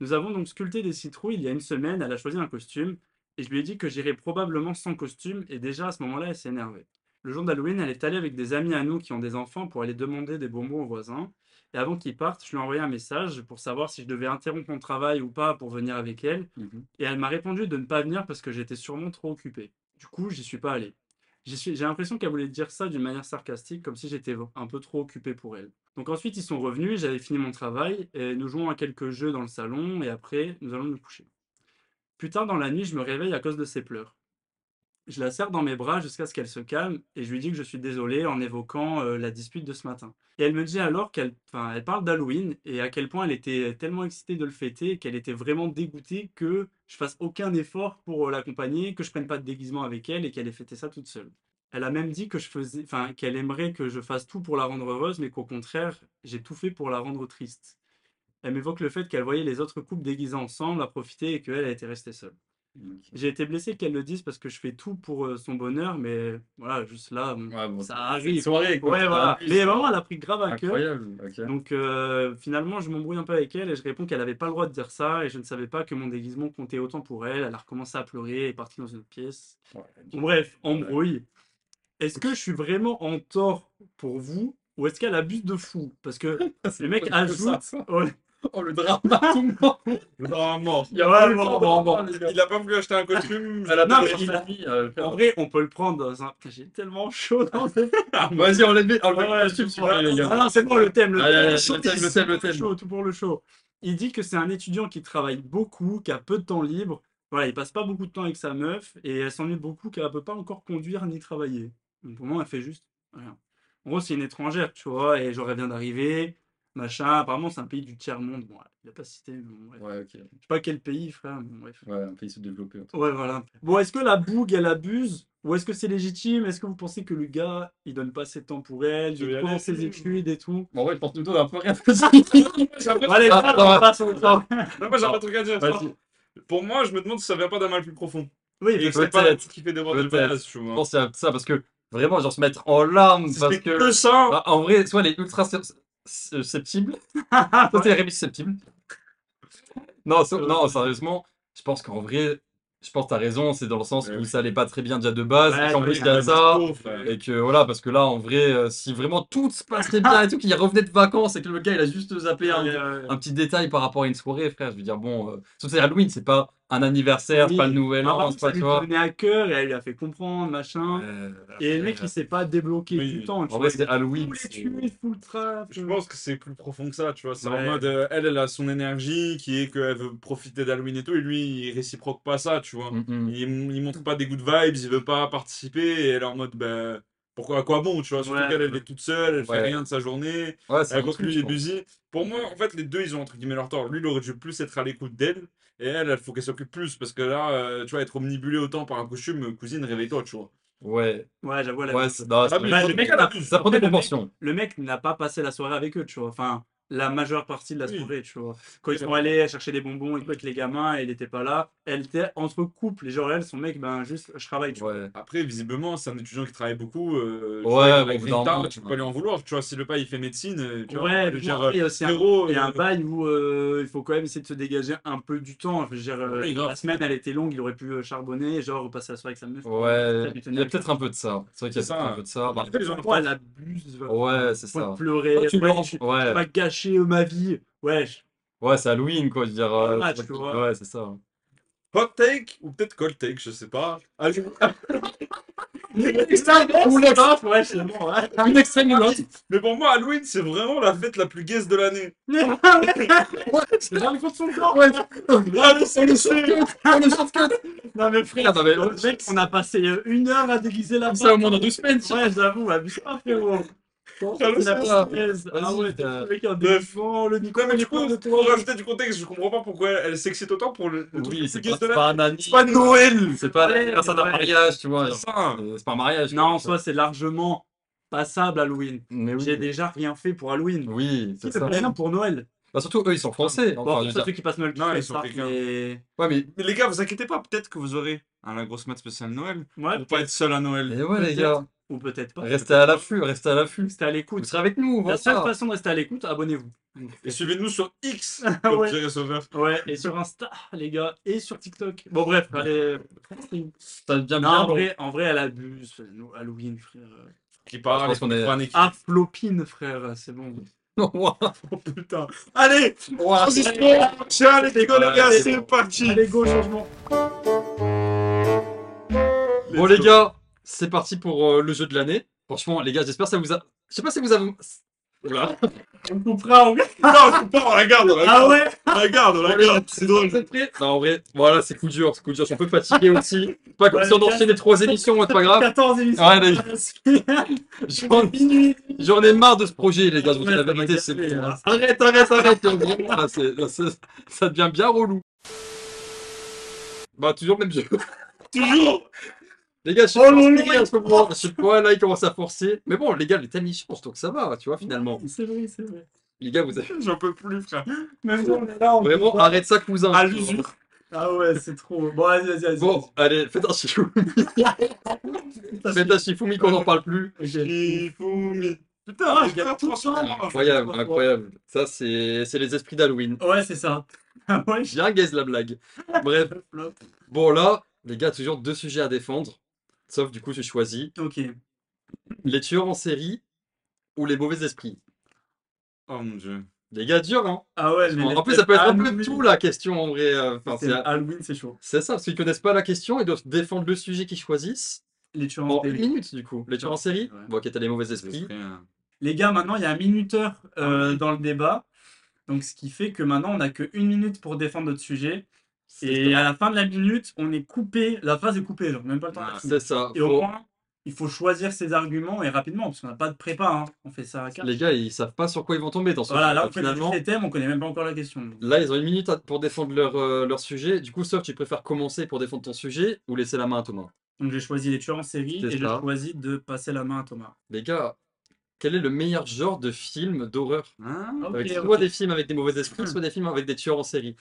[SPEAKER 1] Nous avons donc sculpté des citrouilles il y a une semaine, elle a choisi un costume et je lui ai dit que j'irais probablement sans costume et déjà à ce moment-là, elle s'est énervée. Le jour d'Halloween, elle est allée avec des amis à nous qui ont des enfants pour aller demander des bonbons aux voisins et avant qu'ils partent, je lui ai envoyé un message pour savoir si je devais interrompre mon travail ou pas pour venir avec elle et elle m'a répondu de ne pas venir parce que j'étais sûrement trop occupé. Du coup, j'y suis pas allé. J'y suis- J'ai l'impression qu'elle voulait dire ça d'une manière sarcastique, comme si j'étais un peu trop occupé pour elle. Donc ensuite, ils sont revenus, j'avais fini mon travail, et nous jouons à quelques jeux dans le salon, et après, nous allons nous coucher. Plus tard dans la nuit, je me réveille à cause de ses pleurs. Je la serre dans mes bras jusqu'à ce qu'elle se calme, et je lui dis que je suis désolé en évoquant euh, la dispute de ce matin. Et elle me dit alors qu'elle enfin, elle parle d'Halloween, et à quel point elle était tellement excitée de le fêter, qu'elle était vraiment dégoûtée que je fasse aucun effort pour euh, l'accompagner, que je prenne pas de déguisement avec elle, et qu'elle ait fêté ça toute seule. Elle a même dit que je faisais, enfin, qu'elle aimerait que je fasse tout pour la rendre heureuse, mais qu'au contraire, j'ai tout fait pour la rendre triste. Elle m'évoque le fait qu'elle voyait les autres couples déguisés ensemble à profiter et qu'elle a été restée seule. J'ai été blessé qu'elle le dise parce que je fais tout pour euh, son bonheur, mais voilà, juste là, bon,
[SPEAKER 2] Ouais, bon,
[SPEAKER 1] ça
[SPEAKER 2] c'est une
[SPEAKER 1] arrive.
[SPEAKER 2] soirée, quoi.
[SPEAKER 1] Ouais, voilà.
[SPEAKER 2] Abuse.
[SPEAKER 1] Mais vraiment, elle a pris grave à cœur.
[SPEAKER 2] Incroyable. Ok.
[SPEAKER 1] Donc euh, finalement, je m'embrouille un peu avec elle et je réponds qu'elle n'avait pas le droit de dire ça et je ne savais pas que mon déguisement comptait autant pour elle. Elle a recommencé à pleurer et est partie dans une autre pièce. Bon, bref, embrouille. Est-ce que je suis vraiment en tort pour vous ou est-ce qu'elle abuse de fou Parce que le
[SPEAKER 2] <laughs>
[SPEAKER 1] mec ajoute. Oh,
[SPEAKER 2] Oh, le drame à tout le
[SPEAKER 1] <laughs>
[SPEAKER 2] monde. Ah,
[SPEAKER 3] Oh, mort.
[SPEAKER 2] Il y a vraiment,
[SPEAKER 1] Vraiment,
[SPEAKER 2] vraiment.
[SPEAKER 3] Il a pas voulu acheter un costume.
[SPEAKER 2] <laughs> Elle a
[SPEAKER 1] Non,
[SPEAKER 2] pas
[SPEAKER 1] mais
[SPEAKER 2] de
[SPEAKER 1] il a-
[SPEAKER 2] famille, euh,
[SPEAKER 1] en vrai, on peut le prendre dans un. <laughs> Putain, J'ai tellement chaud dans le.
[SPEAKER 2] <laughs> Vas-y, enlève enlève
[SPEAKER 1] Ouais,
[SPEAKER 2] le costume, s'il vous plaît, les gars.
[SPEAKER 1] Ah non, c'est bon, le thème, le
[SPEAKER 2] Allez, allez, le
[SPEAKER 1] Chaud,
[SPEAKER 2] thème, le thème, le thème.
[SPEAKER 1] chaud, tout pour le show. Il dit que c'est un étudiant qui travaille beaucoup, qui a peu de temps libre. Voilà, il passe pas beaucoup de temps avec sa meuf et elle s'ennuie beaucoup qu'elle peut pas encore conduire ni travailler. Donc pour moi, elle fait juste rien. En gros, c'est une étrangère, tu vois, et j'aurais bien d'arriver, machin. Apparemment, c'est un pays du tiers-monde. Bon, il a pas cité, mais bon, bref.
[SPEAKER 2] Ouais, ok.
[SPEAKER 1] Je sais pas quel pays, frère, mais bon, bref.
[SPEAKER 2] Ouais, un pays sous-développé. en tout
[SPEAKER 1] Ouais, voilà. Bon, est-ce que la bougue, elle abuse? Ou est-ce que c'est légitime? Est-ce que vous pensez que le gars, il donne pas assez de temps pour elle,
[SPEAKER 3] Je
[SPEAKER 1] il
[SPEAKER 3] vais
[SPEAKER 1] prend
[SPEAKER 3] aller
[SPEAKER 1] ses
[SPEAKER 3] plus.
[SPEAKER 1] études et tout?
[SPEAKER 2] cas. En vrai, je pense que nous deux, on a un peu rien fait.
[SPEAKER 1] Bon, allez,
[SPEAKER 2] Ah,
[SPEAKER 1] passe,
[SPEAKER 2] non, ouais.
[SPEAKER 1] passe, on passe.
[SPEAKER 3] Non, moi, j'ai pas de truc à dire.
[SPEAKER 2] Vas-y.
[SPEAKER 3] Pour moi, je me demande si ça vient pas d'un mal plus profond.
[SPEAKER 1] Oui,
[SPEAKER 3] Et que
[SPEAKER 1] parce-
[SPEAKER 3] c'est pas
[SPEAKER 2] peut-être.
[SPEAKER 3] qui fait des bords de
[SPEAKER 2] Peut-être.
[SPEAKER 3] base, tu
[SPEAKER 2] Je
[SPEAKER 3] vois.
[SPEAKER 2] pense à ça parce que vraiment, genre se mettre en larmes
[SPEAKER 3] Si
[SPEAKER 2] parce
[SPEAKER 3] c'est
[SPEAKER 2] que.
[SPEAKER 3] que ça.
[SPEAKER 2] Bah, en vrai, soit elle est ultra sus- sus-
[SPEAKER 1] <laughs>
[SPEAKER 2] susceptible,
[SPEAKER 1] Euh.
[SPEAKER 2] soit elle est rémi susceptible. Non, so- non, sérieusement, je pense qu'en vrai, je pense que t'as raison, c'est dans le sens
[SPEAKER 3] Ouais,
[SPEAKER 2] où
[SPEAKER 3] oui.
[SPEAKER 2] ça allait pas très bien déjà de base,
[SPEAKER 1] Euh, Ouais, bah
[SPEAKER 2] qu'en
[SPEAKER 1] oui,
[SPEAKER 2] plus il y
[SPEAKER 1] ouais,
[SPEAKER 2] a ça,
[SPEAKER 3] ouais.
[SPEAKER 2] et que voilà, parce que là en vrai, euh, si vraiment tout se passait bien et tout, qu'il revenait de vacances et que le gars il a juste zappé un,
[SPEAKER 1] Euh,
[SPEAKER 2] un petit détail par rapport à une soirée, frère, je veux dire, bon, euh, sauf que c'est Halloween, c'est pas un anniversaire, c'est
[SPEAKER 1] Oui.
[SPEAKER 2] pas le nouvel
[SPEAKER 1] par
[SPEAKER 2] an,
[SPEAKER 1] contre,
[SPEAKER 2] c'est
[SPEAKER 1] ça
[SPEAKER 2] pas
[SPEAKER 1] lui
[SPEAKER 2] tu vois.
[SPEAKER 1] tenait à cœur et elle lui a fait comprendre, machin.
[SPEAKER 2] Euh,
[SPEAKER 1] Et le mec, il s'est pas débloqué
[SPEAKER 3] Oui,
[SPEAKER 1] du
[SPEAKER 3] oui.
[SPEAKER 1] temps. tu vois,
[SPEAKER 2] en vrai,
[SPEAKER 1] il
[SPEAKER 2] c'est
[SPEAKER 1] est
[SPEAKER 2] Halloween.
[SPEAKER 1] full
[SPEAKER 2] c'est-
[SPEAKER 1] étude, full trap.
[SPEAKER 3] Je
[SPEAKER 1] euh.
[SPEAKER 3] pense que c'est plus profond que ça, tu vois. C'est en
[SPEAKER 1] Ouais.
[SPEAKER 3] mode, euh, elle, elle a son énergie qui est qu'elle veut profiter d'Halloween et tout, et lui, il réciproque pas ça, tu vois.
[SPEAKER 2] Mm, mm.
[SPEAKER 3] Il, il
[SPEAKER 1] Mmh.
[SPEAKER 3] montre pas des good vibes, il veut pas participer, et elle est en mode, ben, pourquoi, à quoi bon, tu vois. Surtout
[SPEAKER 1] Ouais.
[SPEAKER 3] qu'elle, elle est toute seule, elle fait
[SPEAKER 2] Ouais.
[SPEAKER 3] rien de sa journée,
[SPEAKER 2] Ouais, c'est un
[SPEAKER 3] elle voit
[SPEAKER 2] truc,
[SPEAKER 3] que lui,
[SPEAKER 2] je
[SPEAKER 3] il est
[SPEAKER 2] pense.
[SPEAKER 3] busy. Pour moi, en fait, les deux, ils ont entre guillemets leur tort. Lui, il aurait dû plus être à l'écoute d'elle, et elle, il faut qu'elle s'occupe plus, parce que là, euh, tu vois, être omnibulé autant par un costume, euh, cousine, réveille-toi, tu vois.
[SPEAKER 2] Ouais,
[SPEAKER 1] Ouais, j'avoue, elle a-
[SPEAKER 2] ouais, c'est- non, Ah, c'est-
[SPEAKER 3] mais
[SPEAKER 1] Bah,
[SPEAKER 3] faut
[SPEAKER 1] le mec,
[SPEAKER 3] qu'elle
[SPEAKER 1] il a-
[SPEAKER 3] abuse.
[SPEAKER 2] ça prend des
[SPEAKER 1] Après, le mec-
[SPEAKER 2] proportions.
[SPEAKER 1] le mec n'a pas passé la soirée avec eux, tu vois. Enfin, la majeure partie de la
[SPEAKER 3] Oui.
[SPEAKER 1] soirée, tu vois. Quand ils sont allés chercher des bonbons et tout avec les gamins, et il était pas là. Elle était entre couples. Et genre, elle, son mec, ben, juste, je travaille, tu vois.
[SPEAKER 2] Ouais.
[SPEAKER 3] Après, visiblement, c'est un étudiant qui travaille beaucoup. euh, tu
[SPEAKER 2] Ouais,
[SPEAKER 3] vois, il a
[SPEAKER 2] bon,
[SPEAKER 3] la
[SPEAKER 2] au bout d'un
[SPEAKER 3] grinta,
[SPEAKER 2] moment,
[SPEAKER 3] tu peux
[SPEAKER 2] ouais.
[SPEAKER 3] pas lui en vouloir. Tu vois, si le pas il fait médecine, euh, tu vois,
[SPEAKER 1] Ouais,
[SPEAKER 3] le
[SPEAKER 1] mais bon,
[SPEAKER 3] genre,
[SPEAKER 1] après, il y a aussi un-
[SPEAKER 3] zéro,
[SPEAKER 1] il y a un
[SPEAKER 3] euh,
[SPEAKER 1] bail où euh, il faut quand même essayer de se dégager un peu du temps. Je veux dire, euh,
[SPEAKER 3] Oui, grave.
[SPEAKER 1] la semaine, elle était longue, il aurait pu euh, charbonner, genre passer la soirée avec sa meuf.
[SPEAKER 2] Ouais,
[SPEAKER 1] Ça,
[SPEAKER 2] il y a peut-être un peu de ça. C'est vrai qu'il y a
[SPEAKER 3] C'est ça. hein.
[SPEAKER 2] peut-être un peu de ça. Bah,
[SPEAKER 3] Après, les gens-
[SPEAKER 1] Pourquoi elle abuse
[SPEAKER 2] Ouais, c'est
[SPEAKER 1] Faut
[SPEAKER 2] ça.
[SPEAKER 1] pleurer.
[SPEAKER 2] Ouais, tu
[SPEAKER 1] ouais,
[SPEAKER 2] le rends-
[SPEAKER 1] tu-
[SPEAKER 2] ouais.
[SPEAKER 1] tu vas gâcher euh, ma vie. Ouais,
[SPEAKER 2] <laughs>
[SPEAKER 1] je-
[SPEAKER 2] Ouais, c'est Halloween, quoi. Je veux dire, euh,
[SPEAKER 1] Ah,
[SPEAKER 2] c'est
[SPEAKER 1] tu
[SPEAKER 2] pas-
[SPEAKER 1] vois.
[SPEAKER 2] Ouais, c'est ça.
[SPEAKER 3] Hot take ou peut-être cold take, je sais pas. Ah, je-
[SPEAKER 1] Ou le taf, ouais, c'est bon, ouais.
[SPEAKER 2] Une extrême ou l'autre. <laughs>
[SPEAKER 3] Mais pour moi, Halloween, c'est vraiment la fête la plus gaze de l'année.
[SPEAKER 1] C'est dans le fond de son corps.
[SPEAKER 2] Ouais,
[SPEAKER 1] Ah,
[SPEAKER 3] Allez, c'est le seul.
[SPEAKER 2] ah, le shortcut.
[SPEAKER 1] Non, mais frère,
[SPEAKER 2] Frère, non, mais
[SPEAKER 1] le mec, on a passé euh, une heure à déguiser la
[SPEAKER 2] comme ça au moins dans deux semaines. tu-
[SPEAKER 1] Ouais, j'avoue, abuse pas, frérot.
[SPEAKER 3] Ah, le
[SPEAKER 1] la
[SPEAKER 2] soir.
[SPEAKER 1] punaise. Ah
[SPEAKER 2] Vas-y,
[SPEAKER 1] ouais,
[SPEAKER 2] t'as-
[SPEAKER 1] le mec, un
[SPEAKER 3] Bref.
[SPEAKER 1] défend, le micro,
[SPEAKER 3] Ouais, mais
[SPEAKER 1] il
[SPEAKER 3] du
[SPEAKER 1] est
[SPEAKER 3] coup,
[SPEAKER 1] pas de
[SPEAKER 3] pour
[SPEAKER 1] toi.
[SPEAKER 3] rajouter du contexte, je comprends pas pourquoi elle, elle s'excite autant pour le, le truc
[SPEAKER 2] Oui,
[SPEAKER 3] le
[SPEAKER 2] c'est
[SPEAKER 3] plus gaze
[SPEAKER 2] pas,
[SPEAKER 3] de
[SPEAKER 2] c'est
[SPEAKER 3] l'année.
[SPEAKER 2] pas un ami.
[SPEAKER 3] C'est pas Noël.
[SPEAKER 2] C'est pas
[SPEAKER 1] Ouais,
[SPEAKER 2] l'anniversaire d'un
[SPEAKER 1] ouais.
[SPEAKER 2] mariage, tu vois.
[SPEAKER 3] C'est ça.
[SPEAKER 2] Euh, C'est c'est pas un mariage.
[SPEAKER 1] Non, en
[SPEAKER 2] quoi.
[SPEAKER 1] soi, c'est largement passable Halloween.
[SPEAKER 2] Mais
[SPEAKER 1] J'ai
[SPEAKER 2] oui.
[SPEAKER 1] déjà rien fait pour Halloween.
[SPEAKER 2] Oui,
[SPEAKER 1] Si,
[SPEAKER 2] c'est
[SPEAKER 1] c'est
[SPEAKER 2] ça.
[SPEAKER 1] rien pour Noël.
[SPEAKER 2] Bah, surtout, eux, ils sont français.
[SPEAKER 1] Bon,
[SPEAKER 2] Enfin, je
[SPEAKER 1] pour
[SPEAKER 2] veux
[SPEAKER 1] ça,
[SPEAKER 2] dire.
[SPEAKER 1] ceux qui passent Noël,
[SPEAKER 3] Non,
[SPEAKER 1] qui
[SPEAKER 3] ils
[SPEAKER 1] font ça,
[SPEAKER 3] sont quelqu'un.
[SPEAKER 1] mais...
[SPEAKER 2] Ouais, mais.
[SPEAKER 3] Mais les gars, vous inquiétez pas, peut-être que vous aurez un la grosse mat spéciale Noël.
[SPEAKER 2] Ah,
[SPEAKER 1] Ouais,
[SPEAKER 3] Pour pas être seul à Noël.
[SPEAKER 2] Et ouais, les
[SPEAKER 1] Peut-être.
[SPEAKER 2] gars.
[SPEAKER 1] ou peut-être pas.
[SPEAKER 2] Restez à l'affût, restez à l'affût.
[SPEAKER 1] Restez à
[SPEAKER 2] Vous
[SPEAKER 1] l'écoute.
[SPEAKER 2] serez avec nous,
[SPEAKER 1] La
[SPEAKER 2] voilà.
[SPEAKER 1] seule façon de rester à l'écoute, abonnez-vous.
[SPEAKER 3] Et suivez-nous sur
[SPEAKER 1] <laughs>
[SPEAKER 3] X,
[SPEAKER 1] Ah
[SPEAKER 3] comme
[SPEAKER 1] ouais.
[SPEAKER 3] dirait Sauveur.
[SPEAKER 1] Ouais, et sur Insta, les gars, et sur TikTok. Bon, bref, allez. Non,
[SPEAKER 2] Ça devient
[SPEAKER 1] en
[SPEAKER 2] bien. long.
[SPEAKER 1] vrai, en vrai, elle abuse. Nous, Halloween, frère.
[SPEAKER 3] Qui parle,
[SPEAKER 2] Je pense qu'on est-
[SPEAKER 3] chronique.
[SPEAKER 1] Ah, Flopine, frère, c'est bon. <laughs>
[SPEAKER 2] <laughs> Ouah,
[SPEAKER 3] Oh putain. Allez,
[SPEAKER 2] ouah.
[SPEAKER 3] transition. Ciao les gars, les gars,
[SPEAKER 2] Ouais, c'est
[SPEAKER 3] c'est
[SPEAKER 2] bon.
[SPEAKER 3] parti.
[SPEAKER 1] Allez, go, changement.
[SPEAKER 2] Bon les gars, c'est parti pour euh, le jeu de l'année. Franchement les gars, j'espère que ça vous a... Je sais pas si vous avez...
[SPEAKER 3] Oula.
[SPEAKER 1] On coupera, on...
[SPEAKER 3] Non, je pas, on la garde, on la garde.
[SPEAKER 1] Ah ouais
[SPEAKER 3] On la garde, on la garde. C'est drôle.
[SPEAKER 2] Vous êtes prêts Non en vrai, voilà c'est coup dur, c'est coup dur, je suis un peu fatigué aussi. Pas comme si on enchaînait trois émissions, c'est
[SPEAKER 1] <laughs>
[SPEAKER 2] pas grave.
[SPEAKER 1] 14 émissions.
[SPEAKER 2] Ouais, les-
[SPEAKER 1] Ouais,
[SPEAKER 2] J'en
[SPEAKER 1] Minuit.
[SPEAKER 2] j'en ai marre de ce projet les gars, je vous dis
[SPEAKER 1] Ouais,
[SPEAKER 2] la
[SPEAKER 1] ça m'a
[SPEAKER 2] vérité, c'est...
[SPEAKER 1] gavé,
[SPEAKER 2] bon,
[SPEAKER 1] là.
[SPEAKER 2] hein. Arrête, arrête, arrête, vraiment, là, c'est- là, c'est- ça devient bien relou. Bah toujours le même jeu.
[SPEAKER 3] Toujours.
[SPEAKER 2] Les gars, je suis
[SPEAKER 1] Oh,
[SPEAKER 2] pas
[SPEAKER 1] non,
[SPEAKER 2] inspiré en ce moment, je sais pas, là ils commencent à forcer. Mais bon les gars, les thèmes ils changent, donc ça va, tu vois finalement.
[SPEAKER 1] C'est vrai, c'est vrai.
[SPEAKER 2] Les gars, vous avez...
[SPEAKER 3] <laughs> J'en peux plus, frère.
[SPEAKER 1] Même si on est là, on
[SPEAKER 2] Vraiment,
[SPEAKER 1] Ah,
[SPEAKER 2] arrête ça cousin.
[SPEAKER 3] À l'usure.
[SPEAKER 1] ouais, c'est trop. Bon, vas-y, vas-y, vas-y.
[SPEAKER 2] Bon, allez, faites un Shifumi. faites un Shifumi qu'on n'en parle plus.
[SPEAKER 1] Ok.
[SPEAKER 3] Shifumi. Putain, j'ai
[SPEAKER 1] Regarde,
[SPEAKER 3] trop
[SPEAKER 1] tout le temps.
[SPEAKER 2] Incroyable, incroyable. Ça, c'est c'est les esprits d'Halloween.
[SPEAKER 1] Ouais, c'est ça. <laughs> Ah ouais, je
[SPEAKER 2] Bien gaze la blague. Bref,
[SPEAKER 1] flop.
[SPEAKER 2] bon là, les gars, toujours deux sujets à défendre. Sauf du coup, j'ai choisi
[SPEAKER 1] Ok.
[SPEAKER 2] les tueurs en série ou les mauvais esprits.
[SPEAKER 3] Oh mon dieu.
[SPEAKER 2] Les gars, dur, hein.
[SPEAKER 1] Ah ouais, mais.
[SPEAKER 2] En
[SPEAKER 1] les
[SPEAKER 2] plus, ça peut être un peu
[SPEAKER 1] Halloween-
[SPEAKER 2] tout la question en vrai. euh, enfin,
[SPEAKER 1] c'est
[SPEAKER 2] c'est-
[SPEAKER 1] Halloween, c'est chaud.
[SPEAKER 2] C'est ça, ceux qui connaissent pas la question, ils doivent défendre le sujet qu'ils choisissent
[SPEAKER 1] Les tueurs en
[SPEAKER 2] en une
[SPEAKER 1] série.
[SPEAKER 2] minute du coup. Les tueurs en série,
[SPEAKER 1] Ouais.
[SPEAKER 2] bon, ok, t'as les mauvais esprits.
[SPEAKER 3] hein.
[SPEAKER 1] Les gars, maintenant, il y a un minuteur
[SPEAKER 2] Ah
[SPEAKER 1] euh, dans le débat. Donc, ce qui fait que maintenant, on n'a qu'une minute pour défendre notre sujet.
[SPEAKER 2] C'est
[SPEAKER 1] Et
[SPEAKER 2] ça.
[SPEAKER 1] à la fin de la minute, on est coupé. La phrase est coupée, genre, même pas le temps. de la
[SPEAKER 3] Ah,
[SPEAKER 1] finir.
[SPEAKER 2] C'est ça.
[SPEAKER 1] euh, Et
[SPEAKER 2] Faut-
[SPEAKER 1] au moins, il faut choisir ses arguments et rapidement, parce qu'on n'a pas de prépa. hein. On fait ça à quatre.
[SPEAKER 2] Les gars, ils savent pas sur quoi ils vont tomber dans ce
[SPEAKER 1] Voilà,
[SPEAKER 2] film.
[SPEAKER 1] là, on connaît
[SPEAKER 2] finalement.
[SPEAKER 1] juste les thèmes, on connaît même pas encore la question.
[SPEAKER 2] Là, ils ont une minute à- pour défendre leur, euh, leur sujet. Du coup, sauf tu préfères commencer pour défendre ton sujet ou laisser la main à Thomas.
[SPEAKER 1] Donc, j'ai choisi les tueurs en série
[SPEAKER 2] C'est
[SPEAKER 1] et j'ai
[SPEAKER 2] ça.
[SPEAKER 1] choisi de passer la main à Thomas.
[SPEAKER 2] Les gars, quel est le meilleur genre de film d'horreur
[SPEAKER 3] Hein
[SPEAKER 1] Ok,
[SPEAKER 2] Avec
[SPEAKER 1] ok.
[SPEAKER 2] soit des films avec des mauvais
[SPEAKER 3] Hum.
[SPEAKER 2] esprits, soit des films avec des tueurs en série.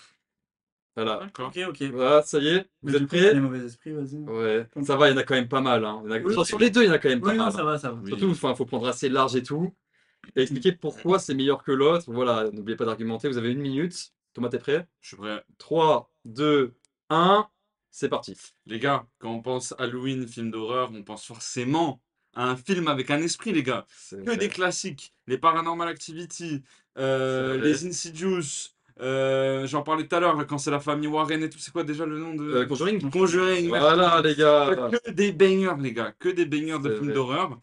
[SPEAKER 2] Voilà.
[SPEAKER 3] D'accord.
[SPEAKER 1] Ok, ok.
[SPEAKER 2] Voilà, ça y est,
[SPEAKER 1] Mais
[SPEAKER 2] vous
[SPEAKER 1] du
[SPEAKER 2] êtes
[SPEAKER 1] coup, t'as
[SPEAKER 2] prêts
[SPEAKER 1] Les mauvais esprits, vas-y.
[SPEAKER 2] Ouais. Ça va, il y en a quand même pas mal. hein. Il y en a-
[SPEAKER 1] Oui,
[SPEAKER 2] sur- Sur les deux, il y en a quand même pas
[SPEAKER 1] Oui, non,
[SPEAKER 2] mal. hein.
[SPEAKER 1] ça va, ça va.
[SPEAKER 3] Oui.
[SPEAKER 2] Surtout, il faut prendre assez large et tout. Et expliquer pourquoi c'est meilleur que l'autre. Voilà, n'oubliez pas d'argumenter. Vous avez une minute. Thomas, t'es prêt
[SPEAKER 3] Je suis prêt.
[SPEAKER 2] 3, 2, 1. C'est parti.
[SPEAKER 3] Les gars, quand on pense Halloween, film d'horreur, on pense forcément à un film avec un esprit, les gars.
[SPEAKER 2] C'est
[SPEAKER 3] Que des classiques. Les Paranormal Activity, euh,
[SPEAKER 2] C'est vrai.
[SPEAKER 3] les Insidious. euh, J'en parlais tout à l'heure, là, quand c'est la famille Warren et tout. C'est quoi déjà le nom de.
[SPEAKER 2] Euh, Conjuring
[SPEAKER 3] Conjuring, merci.
[SPEAKER 2] Voilà, les gars.
[SPEAKER 3] Euh, que des baigneurs, les gars, que des baigneurs de
[SPEAKER 2] Euh, C'est
[SPEAKER 3] films
[SPEAKER 2] vrai.
[SPEAKER 3] d'horreur.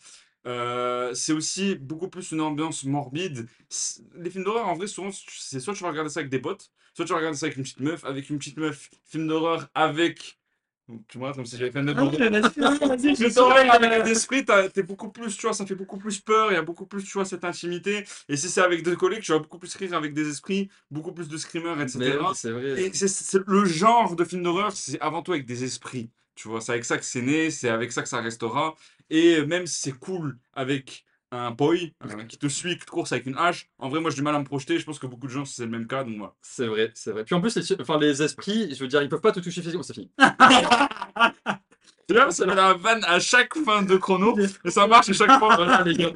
[SPEAKER 3] Euh, c'est aussi beaucoup plus une ambiance morbide. C'est- Les films d'horreur, en vrai, souvent, c'est soit tu vas regarder ça avec des potes, soit tu vas regarder ça avec une petite meuf, avec une petite meuf, film d'horreur avec. Tu me regardes comme si j'avais fait une
[SPEAKER 2] Ah
[SPEAKER 3] autre bande-
[SPEAKER 1] Ah
[SPEAKER 2] <laughs>
[SPEAKER 1] Vas-y,
[SPEAKER 3] Film d'horreur avec l'esprit, t'es beaucoup plus, tu vois, ça fait beaucoup plus peur, il y a beaucoup plus, tu vois, cette intimité. Et si c'est avec deux collègues, tu vas beaucoup plus rire avec des esprits, beaucoup plus de screamers, etc.
[SPEAKER 2] Mais oui, c'est vrai.
[SPEAKER 3] Et c'est- c'est- le genre de film d'horreur, c'est avant tout avec des esprits. Tu vois, c'est avec ça que c'est né, c'est avec ça que ça restera. Et même si c'est cool avec un boy euh, qui te suit, qui te course avec une hache, en vrai, moi, j'ai du mal à me projeter. Je pense que beaucoup de gens, c'est le même cas. Donc voilà.
[SPEAKER 2] C'est vrai, c'est vrai. Puis en plus, les, enfin, les esprits, je veux dire, ils peuvent pas te toucher physiquement, c'est fini.
[SPEAKER 3] C'est bien, c'est la vanne à chaque fin de <laughs> chrono. Et ça marche à chaque fois.
[SPEAKER 2] Voilà, les gars.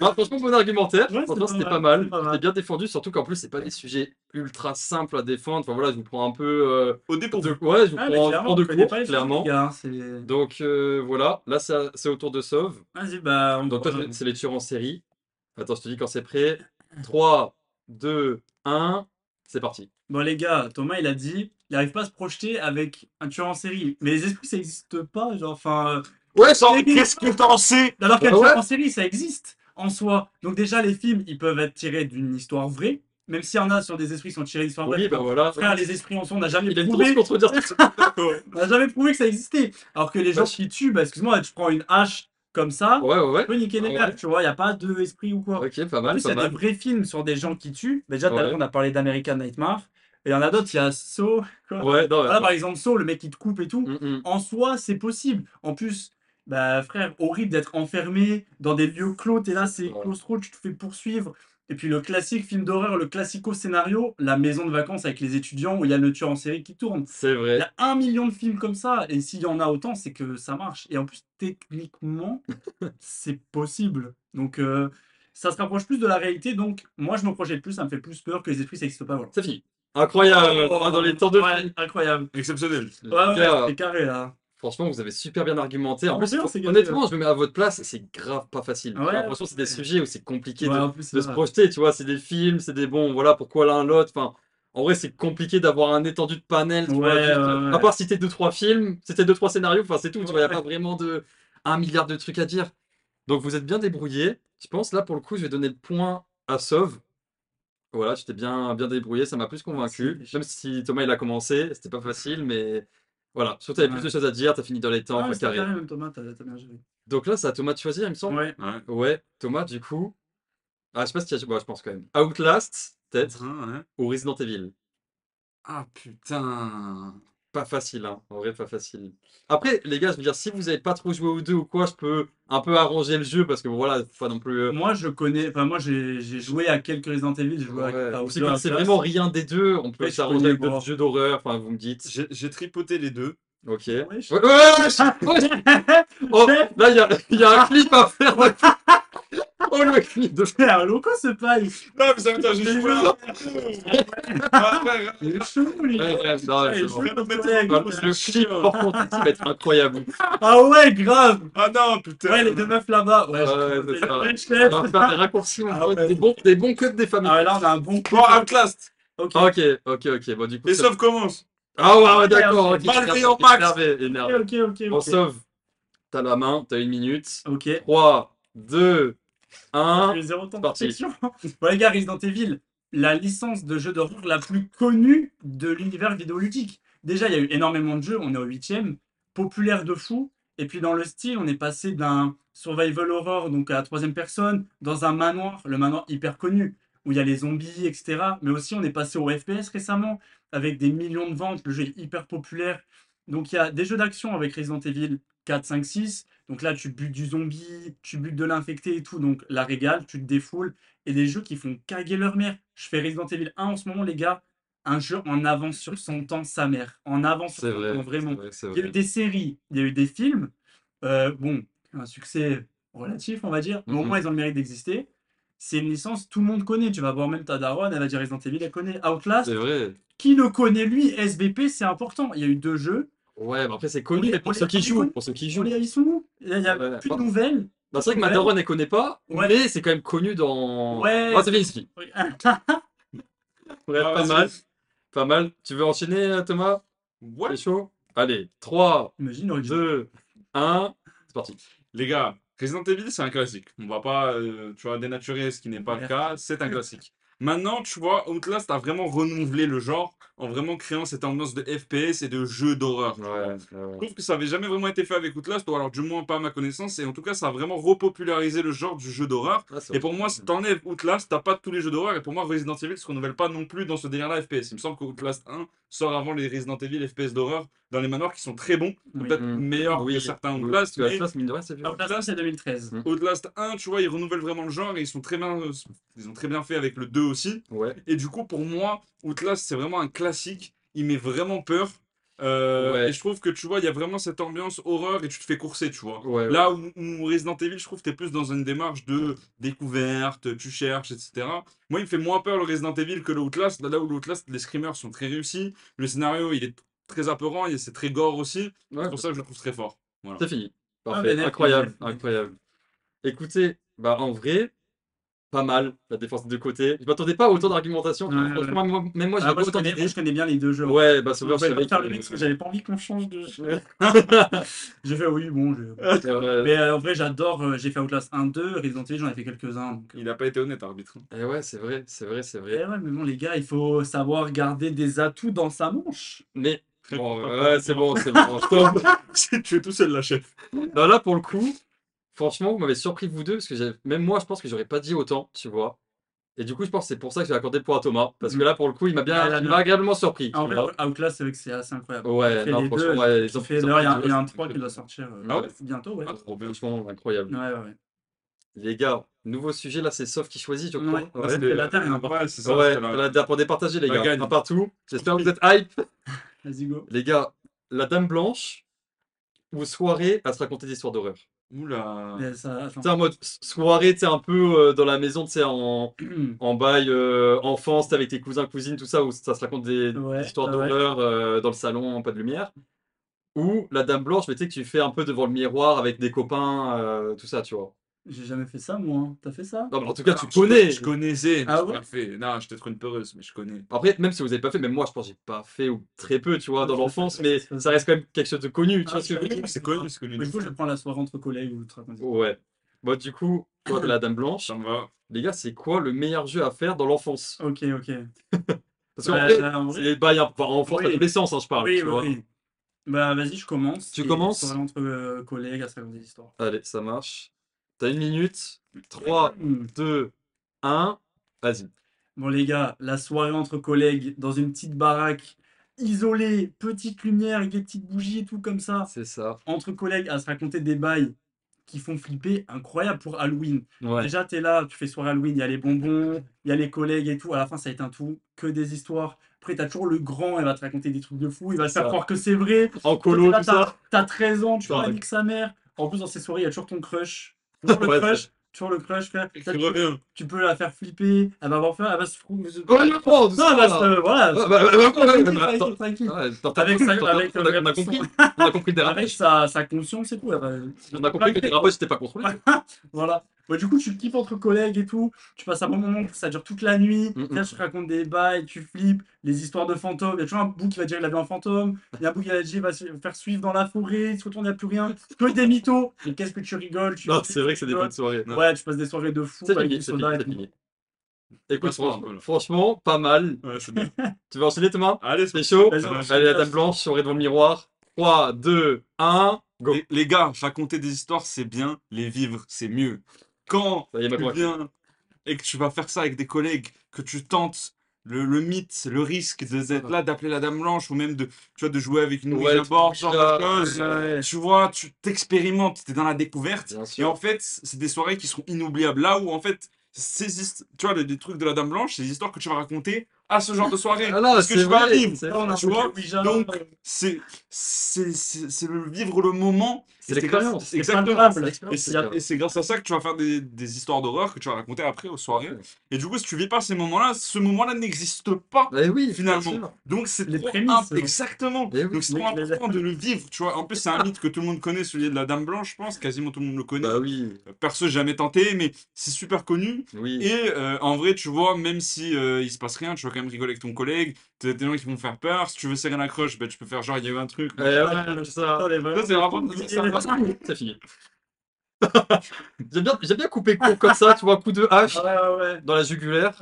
[SPEAKER 2] Non, franchement, bon argumentaire.
[SPEAKER 1] Ouais, c'est
[SPEAKER 2] franchement,
[SPEAKER 1] pas
[SPEAKER 2] c'était
[SPEAKER 1] mal,
[SPEAKER 2] pas mal.
[SPEAKER 1] c'est pas mal.
[SPEAKER 2] C'était bien défendu, surtout qu'en plus, c'est pas des sujets ultra simples à défendre. Enfin voilà, je vous prends un peu. euh,
[SPEAKER 3] Au dépourvu.
[SPEAKER 2] de... Ouais, je vous
[SPEAKER 1] Ah, mais
[SPEAKER 2] prends
[SPEAKER 1] clairement,
[SPEAKER 2] en de
[SPEAKER 1] on connaît
[SPEAKER 2] cours,
[SPEAKER 1] pas les choses,
[SPEAKER 2] clairement.
[SPEAKER 1] les gars, hein, c'est-
[SPEAKER 2] Donc euh, voilà, là, ça- c'est au tour de Sauve.
[SPEAKER 1] Vas-y, bah, on
[SPEAKER 2] Donc toi, c'est- c'est les tueurs en série. Attends, je te dis quand c'est prêt. 3, 2, 1, c'est parti.
[SPEAKER 1] Bon, les gars, Thomas, il a dit, il n'arrive pas à se projeter avec un tueur en série. Mais les esprits, ça n'existe pas. Genre, enfin. euh,
[SPEAKER 2] Ouais, ça
[SPEAKER 3] <laughs> Qu'est-ce que t'en <laughs> sais
[SPEAKER 1] Alors qu'un
[SPEAKER 2] Bah
[SPEAKER 1] tueur
[SPEAKER 2] Oh, ouais.
[SPEAKER 1] en série, ça existe en soi. Donc, déjà, les films, ils peuvent être tirés d'une histoire vraie. Même s'il y en a sur des esprits qui sont tirés d'histoires
[SPEAKER 2] Oui,
[SPEAKER 1] vraies.
[SPEAKER 2] bah voilà.
[SPEAKER 1] Frère, les esprits en soi, on n'a jamais
[SPEAKER 2] Il aime trop
[SPEAKER 1] prouvé.
[SPEAKER 2] se contredire.
[SPEAKER 1] <laughs> On n'a jamais prouvé que ça existait. Alors que les gens qui tuent, bah, excuse-moi, tu prends une hache comme ça,
[SPEAKER 2] Ouais, ouais, ouais.
[SPEAKER 1] tu peux niquer des
[SPEAKER 2] Ouais.
[SPEAKER 1] mères, tu vois, il n'y a pas de esprit ou quoi.
[SPEAKER 2] Ok, pas
[SPEAKER 1] En
[SPEAKER 2] mal,
[SPEAKER 1] plus, il y
[SPEAKER 2] pas
[SPEAKER 1] a des
[SPEAKER 2] mal.
[SPEAKER 1] vrais films sur des gens qui tuent. Déjà, tout à
[SPEAKER 2] Ouais.
[SPEAKER 1] l'heure, on a parlé d'American Nightmare. Et il y en a d'autres, il y a Saw.
[SPEAKER 2] Ouais, non, ouais.
[SPEAKER 1] Voilà, par exemple, Saw, le mec qui te coupe et tout.
[SPEAKER 2] Mm, mm.
[SPEAKER 1] En soi, c'est possible. En plus, bah, frère, horrible d'être enfermé dans des lieux clos. T'es là, c'est
[SPEAKER 2] Ouais.
[SPEAKER 1] claustro, tu te fais poursuivre. Et puis le classique film d'horreur, le classico scénario, la maison de vacances avec les étudiants où il y a le tueur en série qui tourne.
[SPEAKER 2] C'est
[SPEAKER 1] Il
[SPEAKER 2] vrai.
[SPEAKER 1] y a un million de films comme ça, et s'il y en a autant, c'est que ça marche. Et en plus, techniquement,
[SPEAKER 2] <laughs>
[SPEAKER 1] c'est possible. Donc, euh, ça se rapproche plus de la réalité. Donc, moi, je me projette plus, ça me fait plus peur que les esprits, ça n'existe pas. Voilà.
[SPEAKER 2] C'est fini. Incroyable. On va dans les temps de
[SPEAKER 1] Oh, Ouais,
[SPEAKER 2] fou.
[SPEAKER 1] incroyable.
[SPEAKER 3] Exceptionnel.
[SPEAKER 2] Les
[SPEAKER 1] Ouais, ouais,
[SPEAKER 2] gars,
[SPEAKER 1] c'est carré là.
[SPEAKER 2] Franchement, vous avez super bien argumenté. En
[SPEAKER 1] Ouais,
[SPEAKER 2] plus,
[SPEAKER 1] bien,
[SPEAKER 2] fran-
[SPEAKER 1] c'est gâté,
[SPEAKER 2] honnêtement, je me mets à votre place, c'est grave pas facile.
[SPEAKER 1] Ouais,
[SPEAKER 2] J'ai l'impression que c'est des
[SPEAKER 1] ouais.
[SPEAKER 2] sujets où c'est compliqué de-
[SPEAKER 1] Ouais, en plus,
[SPEAKER 2] de
[SPEAKER 1] c'est
[SPEAKER 2] se
[SPEAKER 1] vrai.
[SPEAKER 2] projeter, tu vois, c'est des films, c'est des bons, voilà, pourquoi l'un l'autre, enfin, en vrai, c'est compliqué d'avoir un étendu de panel, tu vois,
[SPEAKER 1] Ouais,
[SPEAKER 2] juste-
[SPEAKER 1] ouais, ouais.
[SPEAKER 2] à part citer deux, trois films, c'était deux, trois scénarios, enfin, c'est tout, tu vois,
[SPEAKER 1] Ouais.
[SPEAKER 2] il a pas vraiment de un milliard de trucs à dire. Donc, vous êtes bien débrouillé, je pense, là, pour le coup, je vais donner le point à Sauve. Voilà, j'étais bien, bien débrouillé, ça m'a plus convaincu,
[SPEAKER 1] Merci.
[SPEAKER 2] même si Thomas, il a commencé, c'était pas facile, mais voilà, surtout, t'avais
[SPEAKER 1] Ouais.
[SPEAKER 2] plus de choses à dire, t'as fini dans les temps,
[SPEAKER 1] Ah,
[SPEAKER 2] enfin,
[SPEAKER 1] c'est carré,
[SPEAKER 2] carré.
[SPEAKER 1] même Thomas, t'as t'as bien géré.
[SPEAKER 2] Donc là, c'est à Thomas de choisir, il me semble.
[SPEAKER 1] Ouais.
[SPEAKER 3] Ouais.
[SPEAKER 2] Ouais, Thomas, du coup. Ah, je sais pas si tu as. Ouais, je pense quand même. Outlast, peut-être,
[SPEAKER 3] Ah, ouais.
[SPEAKER 2] ou Resident Evil.
[SPEAKER 3] Ah, putain.
[SPEAKER 2] Pas facile, hein. En vrai, pas facile. Après, les gars, je veux dire, si vous n'avez pas trop joué aux deux ou quoi, je peux un peu arranger le jeu parce que bon, voilà, faut pas non plus. euh,
[SPEAKER 1] Moi, je connais. Enfin, moi, j'ai j'ai joué à quelques Resident Evil. J'ai joué à-
[SPEAKER 2] ouais.
[SPEAKER 1] à
[SPEAKER 2] Si
[SPEAKER 1] Bah, Outlast.
[SPEAKER 2] vous connaissez vraiment rien des deux, on peut
[SPEAKER 1] Ouais, je
[SPEAKER 2] s'arranger
[SPEAKER 1] connais,
[SPEAKER 2] avec d'autres
[SPEAKER 1] moi.
[SPEAKER 2] jeux d'horreur, enfin, vous me dites.
[SPEAKER 3] J'ai j'ai tripoté les deux.
[SPEAKER 2] Ok.
[SPEAKER 1] Ouais, je- <laughs>
[SPEAKER 2] Ouais, ouais, ouais, je- ouais, je- oh, là, il y a, il y a un clip à faire. <laughs> Oh, le clip de.
[SPEAKER 1] C'est un loco ce
[SPEAKER 2] <laughs>
[SPEAKER 1] paille.
[SPEAKER 3] Non, mais ça veut <laughs> dire juste voilà. Ah, ouais, ouais.
[SPEAKER 1] Il est chelou, lui.
[SPEAKER 2] Ouais, ouais, non, ouais,
[SPEAKER 1] Ah,
[SPEAKER 2] c'est
[SPEAKER 1] il
[SPEAKER 2] bon.
[SPEAKER 1] joue à notre
[SPEAKER 3] Ouais,
[SPEAKER 1] collègue.
[SPEAKER 2] Par contre, Le clip, par contre, il va être incroyable.
[SPEAKER 1] Ah ouais, grave.
[SPEAKER 3] Ah non, putain.
[SPEAKER 1] Ouais, les deux meufs là-bas. Ouais,
[SPEAKER 2] Ouais,
[SPEAKER 1] je-
[SPEAKER 2] Ah, c'est ça.
[SPEAKER 1] Ouais,
[SPEAKER 2] On
[SPEAKER 1] chef.
[SPEAKER 2] va faire des raccourcis, on
[SPEAKER 1] Ah
[SPEAKER 2] va
[SPEAKER 1] ouais.
[SPEAKER 2] des, bons, des bons codes des familles.
[SPEAKER 1] Ah ouais, là, on a un bon coup.
[SPEAKER 3] Bon, Outlast.
[SPEAKER 1] Ah, Ok.
[SPEAKER 2] Ok, ok, ok. Bon, du coup.
[SPEAKER 3] Les
[SPEAKER 2] ça-
[SPEAKER 3] sauves commencent.
[SPEAKER 2] Ah ouais, ouais, d'accord. ok,
[SPEAKER 3] Mal
[SPEAKER 2] énervé,
[SPEAKER 3] payé au max.
[SPEAKER 2] Énervé,
[SPEAKER 1] Ok,
[SPEAKER 2] énervé.
[SPEAKER 1] ok, ok.
[SPEAKER 2] ah, On
[SPEAKER 1] ok.
[SPEAKER 2] sauve. T'as la main, t'as une minute.
[SPEAKER 1] Ok.
[SPEAKER 2] 3, 2, 1. Hein.
[SPEAKER 1] J'ai zéro temps de
[SPEAKER 2] parti.
[SPEAKER 1] réflexion. <laughs> Bon, les gars, Resident Evil, la licence de jeu d'horreur la plus connue de l'univers vidéoludique. Déjà, il y a eu énormément de jeux, on est au 8ème, populaire de fou. Et puis, dans le style, on est passé d'un survival horror, donc à la troisième personne, dans un manoir, le manoir hyper connu, où il y a les zombies, etc. Mais aussi, on est passé au FPS récemment, avec des millions de ventes, le jeu est hyper populaire. Donc, il y a des jeux d'action avec Resident Evil 4, 5, 6. Donc là, tu butes du zombie, tu butes de l'infecté et tout, donc la régale, tu te défoules. Et des jeux qui font caguer leur mère. Je fais Resident Evil 1 en ce moment, les gars. Un jeu en avance sur son temps, sa mère. En avance sur
[SPEAKER 2] C'est
[SPEAKER 1] son
[SPEAKER 2] vrai.
[SPEAKER 1] temps, vraiment.
[SPEAKER 2] c'est vrai, c'est
[SPEAKER 1] Il y a eu
[SPEAKER 2] vrai.
[SPEAKER 1] des séries, il y a eu des films. Euh, bon, un succès relatif, on va dire. Mais au
[SPEAKER 2] Mhm.
[SPEAKER 1] moins, ils ont le mérite d'exister. C'est une licence, tout le monde connaît. Tu vas voir même ta daronne, elle va dire Resident Evil, elle connaît. Outlast,
[SPEAKER 2] C'est vrai.
[SPEAKER 1] qui le connaît lui, SBP, c'est important. Il y a eu deux jeux.
[SPEAKER 2] Ouais, mais après, c'est
[SPEAKER 1] On
[SPEAKER 2] connu
[SPEAKER 1] les-
[SPEAKER 2] pour
[SPEAKER 1] on
[SPEAKER 2] ceux
[SPEAKER 1] les-
[SPEAKER 2] qui
[SPEAKER 1] on les
[SPEAKER 2] jouent.
[SPEAKER 1] connaît.
[SPEAKER 2] Pour ceux qui
[SPEAKER 1] On
[SPEAKER 2] jouent.
[SPEAKER 1] les- Ils sont où Il n'y a
[SPEAKER 2] Ouais,
[SPEAKER 1] plus de
[SPEAKER 2] pardon.
[SPEAKER 1] nouvelles.
[SPEAKER 2] Bah, c'est vrai que
[SPEAKER 1] Ouais.
[SPEAKER 2] Madaron, elle connaît pas,
[SPEAKER 1] Ouais.
[SPEAKER 2] mais c'est quand même connu dans.
[SPEAKER 1] Ouais.
[SPEAKER 2] Ah, c'est Vinsky.
[SPEAKER 1] Bref,
[SPEAKER 3] Ah,
[SPEAKER 1] pas
[SPEAKER 3] vas-y.
[SPEAKER 1] mal.
[SPEAKER 2] Pas mal. Tu veux enchaîner, euh, Thomas
[SPEAKER 3] Ouais.
[SPEAKER 2] T'es chaud Allez, 3,
[SPEAKER 1] Imagine, on aurait dit-
[SPEAKER 2] 2, 1. C'est parti.
[SPEAKER 3] Les gars, Resident Evil, c'est un classique. On va pas, euh, tu vois, dénaturer ce qui n'est pas le
[SPEAKER 1] Merde.
[SPEAKER 3] cas. C'est un classique. Maintenant, tu vois, Outlast a vraiment renouvelé le genre en vraiment créant cette ambiance de FPS et de jeu d'horreur. tu vois. Je trouve que ça avait jamais vraiment été fait avec Outlast, ou alors du moins pas à ma connaissance, et en tout cas, ça a vraiment repopularisé le genre du jeu d'horreur.
[SPEAKER 2] Ah, c'est
[SPEAKER 3] Et pour moi, si t'enlèves Outlast, t'as pas tous les jeux d'horreur, et pour moi, Resident Evil se renouvelle pas non plus dans ce délire-là FPS. Il me semble que Outlast 1 sort avant les Resident Evil FPS d'horreur dans les manoirs qui sont très bons,
[SPEAKER 1] Oui.
[SPEAKER 3] peut-être
[SPEAKER 2] Mm.
[SPEAKER 3] meilleurs
[SPEAKER 2] Oui.
[SPEAKER 3] que certains
[SPEAKER 2] Oui,
[SPEAKER 3] Outlast,
[SPEAKER 2] parce
[SPEAKER 3] mais-
[SPEAKER 2] que Atlas, mine de rien, c'est
[SPEAKER 3] Ah
[SPEAKER 2] vieux.
[SPEAKER 1] Outlast, c'est 2013.
[SPEAKER 3] Outlast 1, tu vois, ils renouvellent vraiment le genre et ils sont très bien, euh, ils ont très bien fait avec le 2 aussi.
[SPEAKER 2] Ouais.
[SPEAKER 3] Et du coup, pour moi, Outlast, c'est vraiment un classique. Il met vraiment peur. Euh,
[SPEAKER 2] Ouais.
[SPEAKER 3] Et je trouve que tu vois, il y a vraiment cette ambiance horreur et tu te fais courser, tu vois.
[SPEAKER 2] Ouais.
[SPEAKER 3] Là où, où Resident Evil, je trouve, t'es plus dans une démarche de découverte, tu cherches, etc. Moi, il me fait moins peur le Resident Evil que le Outlast. Là où l'Outlast, les screamers sont très réussis. Le scénario, il est très apeurant et c'est très gore aussi.
[SPEAKER 2] Ouais,
[SPEAKER 3] C'est pour ça que je le trouve très fort. Voilà.
[SPEAKER 2] C'est fini.
[SPEAKER 1] Ah,
[SPEAKER 2] Parfait.
[SPEAKER 1] ben, net,
[SPEAKER 2] incroyable,
[SPEAKER 1] net, net.
[SPEAKER 2] incroyable. Écoutez, bah en vrai, pas mal la défense des deux côtés. Je m'attendais pas à autant d'argumentation.
[SPEAKER 1] Ouais, ouais,
[SPEAKER 2] Franchement, moi- même moi, j'ai
[SPEAKER 1] Ah,
[SPEAKER 2] pas
[SPEAKER 1] moi, je,
[SPEAKER 2] autant
[SPEAKER 1] connais, moi,
[SPEAKER 2] d'idées.
[SPEAKER 1] je connais bien les deux jeux.
[SPEAKER 2] Ouais, bah
[SPEAKER 1] Je
[SPEAKER 2] Sauveur, je
[SPEAKER 1] voulais
[SPEAKER 2] savais
[SPEAKER 1] pas faire
[SPEAKER 2] que-
[SPEAKER 1] le mix parce que j'avais pas envie qu'on change de jeu.
[SPEAKER 2] <laughs> Ouais.
[SPEAKER 1] J'ai fait oui, bon. je-
[SPEAKER 2] Euh,
[SPEAKER 1] Mais euh, en vrai, j'adore. euh, j'ai fait Outlast 1, 2, Resident Evil, j'en ai fait quelques-uns. donc, euh.
[SPEAKER 3] Il n'a pas été honnête, <laughs> arbitre.
[SPEAKER 2] eh ouais, c'est vrai, c'est vrai, c'est
[SPEAKER 1] Eh <laughs>
[SPEAKER 2] vrai.
[SPEAKER 1] ouais, mais bon, les gars, il faut savoir garder des atouts dans sa manche.
[SPEAKER 2] Mais
[SPEAKER 3] Très
[SPEAKER 2] bon,
[SPEAKER 3] fort.
[SPEAKER 2] ouais, c'est bon, c'est bon. Stop.
[SPEAKER 3] tu es tout seul, la chef.
[SPEAKER 2] Non, Bah, là, pour le coup, franchement, vous m'avez surpris vous deux, parce que j'ai- même moi, je pense que j'aurais pas dit autant, tu vois. Et du coup, je pense que c'est pour ça que je vais accorder le point à Thomas, parce que
[SPEAKER 1] Mm.
[SPEAKER 2] là, pour le coup, il m'a
[SPEAKER 1] Ouais,
[SPEAKER 2] bien,
[SPEAKER 1] là,
[SPEAKER 2] il
[SPEAKER 1] non.
[SPEAKER 2] m'a agréablement surpris.
[SPEAKER 1] Bah, En
[SPEAKER 2] tu
[SPEAKER 1] vrai,
[SPEAKER 2] vois.
[SPEAKER 1] Outlast, c'est vrai que c'est assez incroyable.
[SPEAKER 2] Ouais,
[SPEAKER 1] fait
[SPEAKER 2] non,
[SPEAKER 1] les
[SPEAKER 2] franchement,
[SPEAKER 1] deux,
[SPEAKER 2] ouais, ils
[SPEAKER 1] Il
[SPEAKER 2] ont
[SPEAKER 1] fait-
[SPEAKER 2] ils ont
[SPEAKER 1] d'ailleurs, il y
[SPEAKER 2] pas
[SPEAKER 1] a-
[SPEAKER 2] dit
[SPEAKER 1] il y a
[SPEAKER 2] autant.
[SPEAKER 1] un 3 qui doit sortir euh,
[SPEAKER 2] Ah ouais
[SPEAKER 1] bientôt. Ouais.
[SPEAKER 3] Ah, trop bien.
[SPEAKER 2] Franchement, incroyable.
[SPEAKER 1] Ouais, ouais, ouais.
[SPEAKER 2] Les gars, nouveau sujet, là, c'est Sof qui choisit, je crois.
[SPEAKER 1] Ouais.
[SPEAKER 2] Ouais,
[SPEAKER 1] c'est la terre, hein.
[SPEAKER 3] Ouais, c'est ça.
[SPEAKER 2] Ouais,
[SPEAKER 3] c'est la-
[SPEAKER 2] la date pour départager, les
[SPEAKER 3] La
[SPEAKER 2] gars.
[SPEAKER 3] gagne.
[SPEAKER 2] Un partout. J'espère que vous êtes hype.
[SPEAKER 1] Vas-y, go.
[SPEAKER 2] Les gars, la dame blanche ou soirée à se raconter des histoires d'horreur.
[SPEAKER 3] Oula.
[SPEAKER 1] Mais ça, attends.
[SPEAKER 2] Tu sais, en mode s- soirée, tu sais, un peu euh, dans la maison, tu sais, en, en bail euh, enfance, t'sais, avec tes cousins, cousines, tout ça, où ça se raconte des, des
[SPEAKER 1] Ouais,
[SPEAKER 2] histoires
[SPEAKER 1] ouais.
[SPEAKER 2] d'horreur euh, dans le salon, pas de lumière. Ou la dame blanche, mais tu sais, que tu fais un peu devant le miroir avec des copains, euh, tout ça, tu vois.
[SPEAKER 1] <clears throat> J'ai jamais fait ça, moi. hein. T'as fait ça
[SPEAKER 2] Non, mais en tout cas, tu
[SPEAKER 3] Ah, je-
[SPEAKER 2] connais.
[SPEAKER 3] Je connaissais.
[SPEAKER 1] Ah
[SPEAKER 3] Ah
[SPEAKER 1] ouais
[SPEAKER 3] ouais fait. Non, j'étais trop une peureuse, mais je connais.
[SPEAKER 2] Après, même si vous n'avez pas fait, même moi, je pense que j'ai pas fait ou très peu, tu vois, dans
[SPEAKER 1] Ouais, <laughs>
[SPEAKER 2] l'enfance,
[SPEAKER 1] c'est-
[SPEAKER 2] mais
[SPEAKER 1] c'est-
[SPEAKER 2] ça reste quand même quelque chose de connu, tu
[SPEAKER 1] Ah,
[SPEAKER 2] vois ce que je veux
[SPEAKER 1] oui.
[SPEAKER 2] dire
[SPEAKER 3] C'est connu, c'est connu.
[SPEAKER 1] Mais Du coup, je prends la soirée entre collègues ou autre.
[SPEAKER 2] Ouais. Bon, du coup, toi, t'as la dame blanche.
[SPEAKER 3] Ça me va.
[SPEAKER 2] Les gars, c'est quoi le meilleur jeu à faire dans l'enfance
[SPEAKER 1] Ok, ok.
[SPEAKER 2] Parce qu'en
[SPEAKER 1] Bah,
[SPEAKER 2] vrai,
[SPEAKER 1] là, en vrai-
[SPEAKER 2] c'est les bails, hein, enfin, en France,
[SPEAKER 1] Oui.
[SPEAKER 2] l'adolescence, hein, je parle,
[SPEAKER 1] oui,
[SPEAKER 2] tu vois.
[SPEAKER 1] oui. Bah, vas-y, je commence.
[SPEAKER 2] Tu
[SPEAKER 1] Et
[SPEAKER 2] commences
[SPEAKER 1] soirée entre euh, collègues à se raconter des histoires.
[SPEAKER 2] Allez, ça marche. T'as une minute. 3,
[SPEAKER 1] Hmm.
[SPEAKER 2] 2, 1. Vas-y.
[SPEAKER 1] Bon, les gars, la soirée entre collègues dans une petite baraque, isolée, petite lumière avec des petites bougies et tout comme ça.
[SPEAKER 2] C'est ça.
[SPEAKER 1] Entre collègues à se raconter des bails qui font flipper. Incroyable pour Halloween.
[SPEAKER 2] Ouais.
[SPEAKER 1] Déjà, t'es là, tu fais soirée Halloween, il y a les bonbons, il y a les collègues et tout. À la fin, ça va être un tout, que des histoires. Après, t'as toujours le grand, il va te raconter des trucs de fou, il va te
[SPEAKER 2] Ça.
[SPEAKER 1] faire croire que c'est vrai. Toi,
[SPEAKER 2] En
[SPEAKER 1] t'es
[SPEAKER 2] colo,
[SPEAKER 1] là,
[SPEAKER 2] tout
[SPEAKER 1] t'as-
[SPEAKER 2] ça.
[SPEAKER 1] T'as 13 ans, tu
[SPEAKER 2] Putain,
[SPEAKER 1] paniques sa mère. En plus, dans ces soirées, il y a toujours ton crush. Toujours le
[SPEAKER 2] Ouais,
[SPEAKER 1] crush, toujours le crush, frère.
[SPEAKER 3] Tu
[SPEAKER 1] Ça, tu,
[SPEAKER 3] reviens.
[SPEAKER 1] tu peux la faire flipper, elle va avoir peur, elle va se fou- se-
[SPEAKER 2] Ouais, le prends, tout
[SPEAKER 1] Non, elle va se-
[SPEAKER 2] ça.
[SPEAKER 1] euh, voilà.
[SPEAKER 2] Ouais, bah, ouais, ouais, ouais,
[SPEAKER 1] Tranquille,
[SPEAKER 2] ouais, bah, attends.
[SPEAKER 1] tranquille, tranquille.
[SPEAKER 2] Ouais, t'as- t'as
[SPEAKER 1] Avec
[SPEAKER 2] compris,
[SPEAKER 1] sa-
[SPEAKER 2] t'as-
[SPEAKER 1] avec,
[SPEAKER 2] on
[SPEAKER 1] euh,
[SPEAKER 2] a- on a
[SPEAKER 1] avec son-
[SPEAKER 2] compris. On a compris le
[SPEAKER 1] Avec
[SPEAKER 2] dérapage.
[SPEAKER 1] sa, sa conscience et tout, elle va-
[SPEAKER 2] On a compris que le dérapage, c'était pas contrôlé.
[SPEAKER 1] Voilà. Bon, du coup, tu kiffes entre collègues et tout. Tu passes un bon moment, ça dure toute la nuit.
[SPEAKER 2] Mm,
[SPEAKER 1] Là, tu te racontes des bails, tu flippes, les histoires de fantômes. Il y a toujours un bout qui va dire qu'il a vu un fantôme. Il y a un bout qui va dire qu'il va se faire suivre dans la forêt. Il se retourne, il n'y a plus rien. Que des mythos. Mais qu'est-ce que tu rigoles tu
[SPEAKER 2] Non,
[SPEAKER 1] flippes,
[SPEAKER 2] c'est vrai
[SPEAKER 1] tu
[SPEAKER 2] que c'est des
[SPEAKER 1] rigoles.
[SPEAKER 2] bonnes soirées.
[SPEAKER 1] Ouais, tu passes des soirées de fou
[SPEAKER 2] C'est
[SPEAKER 1] avec
[SPEAKER 2] fini,
[SPEAKER 1] du
[SPEAKER 2] c'est
[SPEAKER 1] soda
[SPEAKER 2] fini,
[SPEAKER 1] et
[SPEAKER 2] c'est
[SPEAKER 1] tout.
[SPEAKER 2] fini. Écoute,
[SPEAKER 3] Passe-moi un peu,
[SPEAKER 2] franchement,
[SPEAKER 3] là.
[SPEAKER 2] franchement, pas mal.
[SPEAKER 3] Ouais, c'est bien.
[SPEAKER 2] Tu veux enchaîner, Thomas
[SPEAKER 3] Allez,
[SPEAKER 2] C'est chaud
[SPEAKER 1] Vas-y,
[SPEAKER 3] Ouais.
[SPEAKER 1] on
[SPEAKER 2] Allez, la
[SPEAKER 1] se
[SPEAKER 2] dame blanche, soirée devant le miroir. 3, 2, 1, go.
[SPEAKER 3] Les, les gars, raconter des histoires, c'est bien. Les vivre, c'est mieux. Quand
[SPEAKER 2] Ça y est, ma
[SPEAKER 3] tu
[SPEAKER 2] convaincu.
[SPEAKER 3] viens et que tu vas faire ça avec des collègues, que tu tentes le, le mythe, le risque de d'être là, d'appeler la dame blanche ou même de, tu vois, de jouer avec une
[SPEAKER 2] Ah Ouais,
[SPEAKER 3] Ouija
[SPEAKER 2] le
[SPEAKER 3] board,
[SPEAKER 2] petit
[SPEAKER 3] genre
[SPEAKER 2] Ouija,
[SPEAKER 3] de choses.
[SPEAKER 1] ouais.
[SPEAKER 3] Tu vois, tu t'expérimentes, t'es dans la découverte.
[SPEAKER 2] Bien
[SPEAKER 3] Et
[SPEAKER 2] sûr.
[SPEAKER 3] en fait, c'est des soirées qui seront inoubliables. Là où, en fait, ces hist- tu vois, les, les trucs de la Dame Blanche, ces histoires que tu vas raconter, à ce genre de soirée.
[SPEAKER 2] Ah non,
[SPEAKER 3] parce que
[SPEAKER 2] c'est
[SPEAKER 3] tu vas
[SPEAKER 2] vrai,
[SPEAKER 3] vivre.
[SPEAKER 2] c'est
[SPEAKER 1] Là, on a
[SPEAKER 3] Tu vois,
[SPEAKER 1] déjà-
[SPEAKER 3] donc, C'est c'est- c'est- c'est le vivre le moment.
[SPEAKER 2] C'est
[SPEAKER 3] Et grâce-
[SPEAKER 2] l'expérience.
[SPEAKER 3] c'est Exactement.
[SPEAKER 1] palpable.
[SPEAKER 3] Et
[SPEAKER 2] c'est
[SPEAKER 3] c'est et c'est grâce à ça que tu vas faire des, des histoires d'horreur que tu vas raconter après aux soirées. Et du coup, si tu vis pas ces moments-là, ce moment-là n'existe pas.
[SPEAKER 2] Eh oui,
[SPEAKER 3] Finalement.
[SPEAKER 2] bien sûr.
[SPEAKER 3] Donc c'est
[SPEAKER 1] Les
[SPEAKER 3] trop
[SPEAKER 1] prémices,
[SPEAKER 3] imp-
[SPEAKER 1] hein.
[SPEAKER 3] Exactement.
[SPEAKER 2] Eh oui.
[SPEAKER 3] Donc c'est
[SPEAKER 1] Mais
[SPEAKER 3] trop
[SPEAKER 1] les-
[SPEAKER 3] important de le vivre, tu vois. En plus, c'est un mythe que tout le monde connaît, celui de la Dame Blanche, je pense. Quasiment tout le monde le connaît.
[SPEAKER 2] Bah oui,
[SPEAKER 3] Perso, j'ai jamais tenté, mais c'est super connu.
[SPEAKER 2] oui.
[SPEAKER 3] Et euh, en vrai, tu vois, même si euh, il se passe rien, tu vas quand même rigoler avec ton collègue. T'as des gens qui vont faire peur. Si tu veux serrer la croche, ben, tu peux faire genre il y a eu un truc.
[SPEAKER 2] Eh ouais,
[SPEAKER 1] Ouais,
[SPEAKER 3] <laughs>
[SPEAKER 1] ça, les vrais-
[SPEAKER 3] Ça, c'est vraiment- ça, c'est vraiment-
[SPEAKER 2] c'est fini. <laughs> J'aime bien, j'aime bien couper court comme ça, tu vois, coup de hache
[SPEAKER 1] Ouais, ouais,
[SPEAKER 2] dans
[SPEAKER 3] <laughs>
[SPEAKER 2] la jugulaire.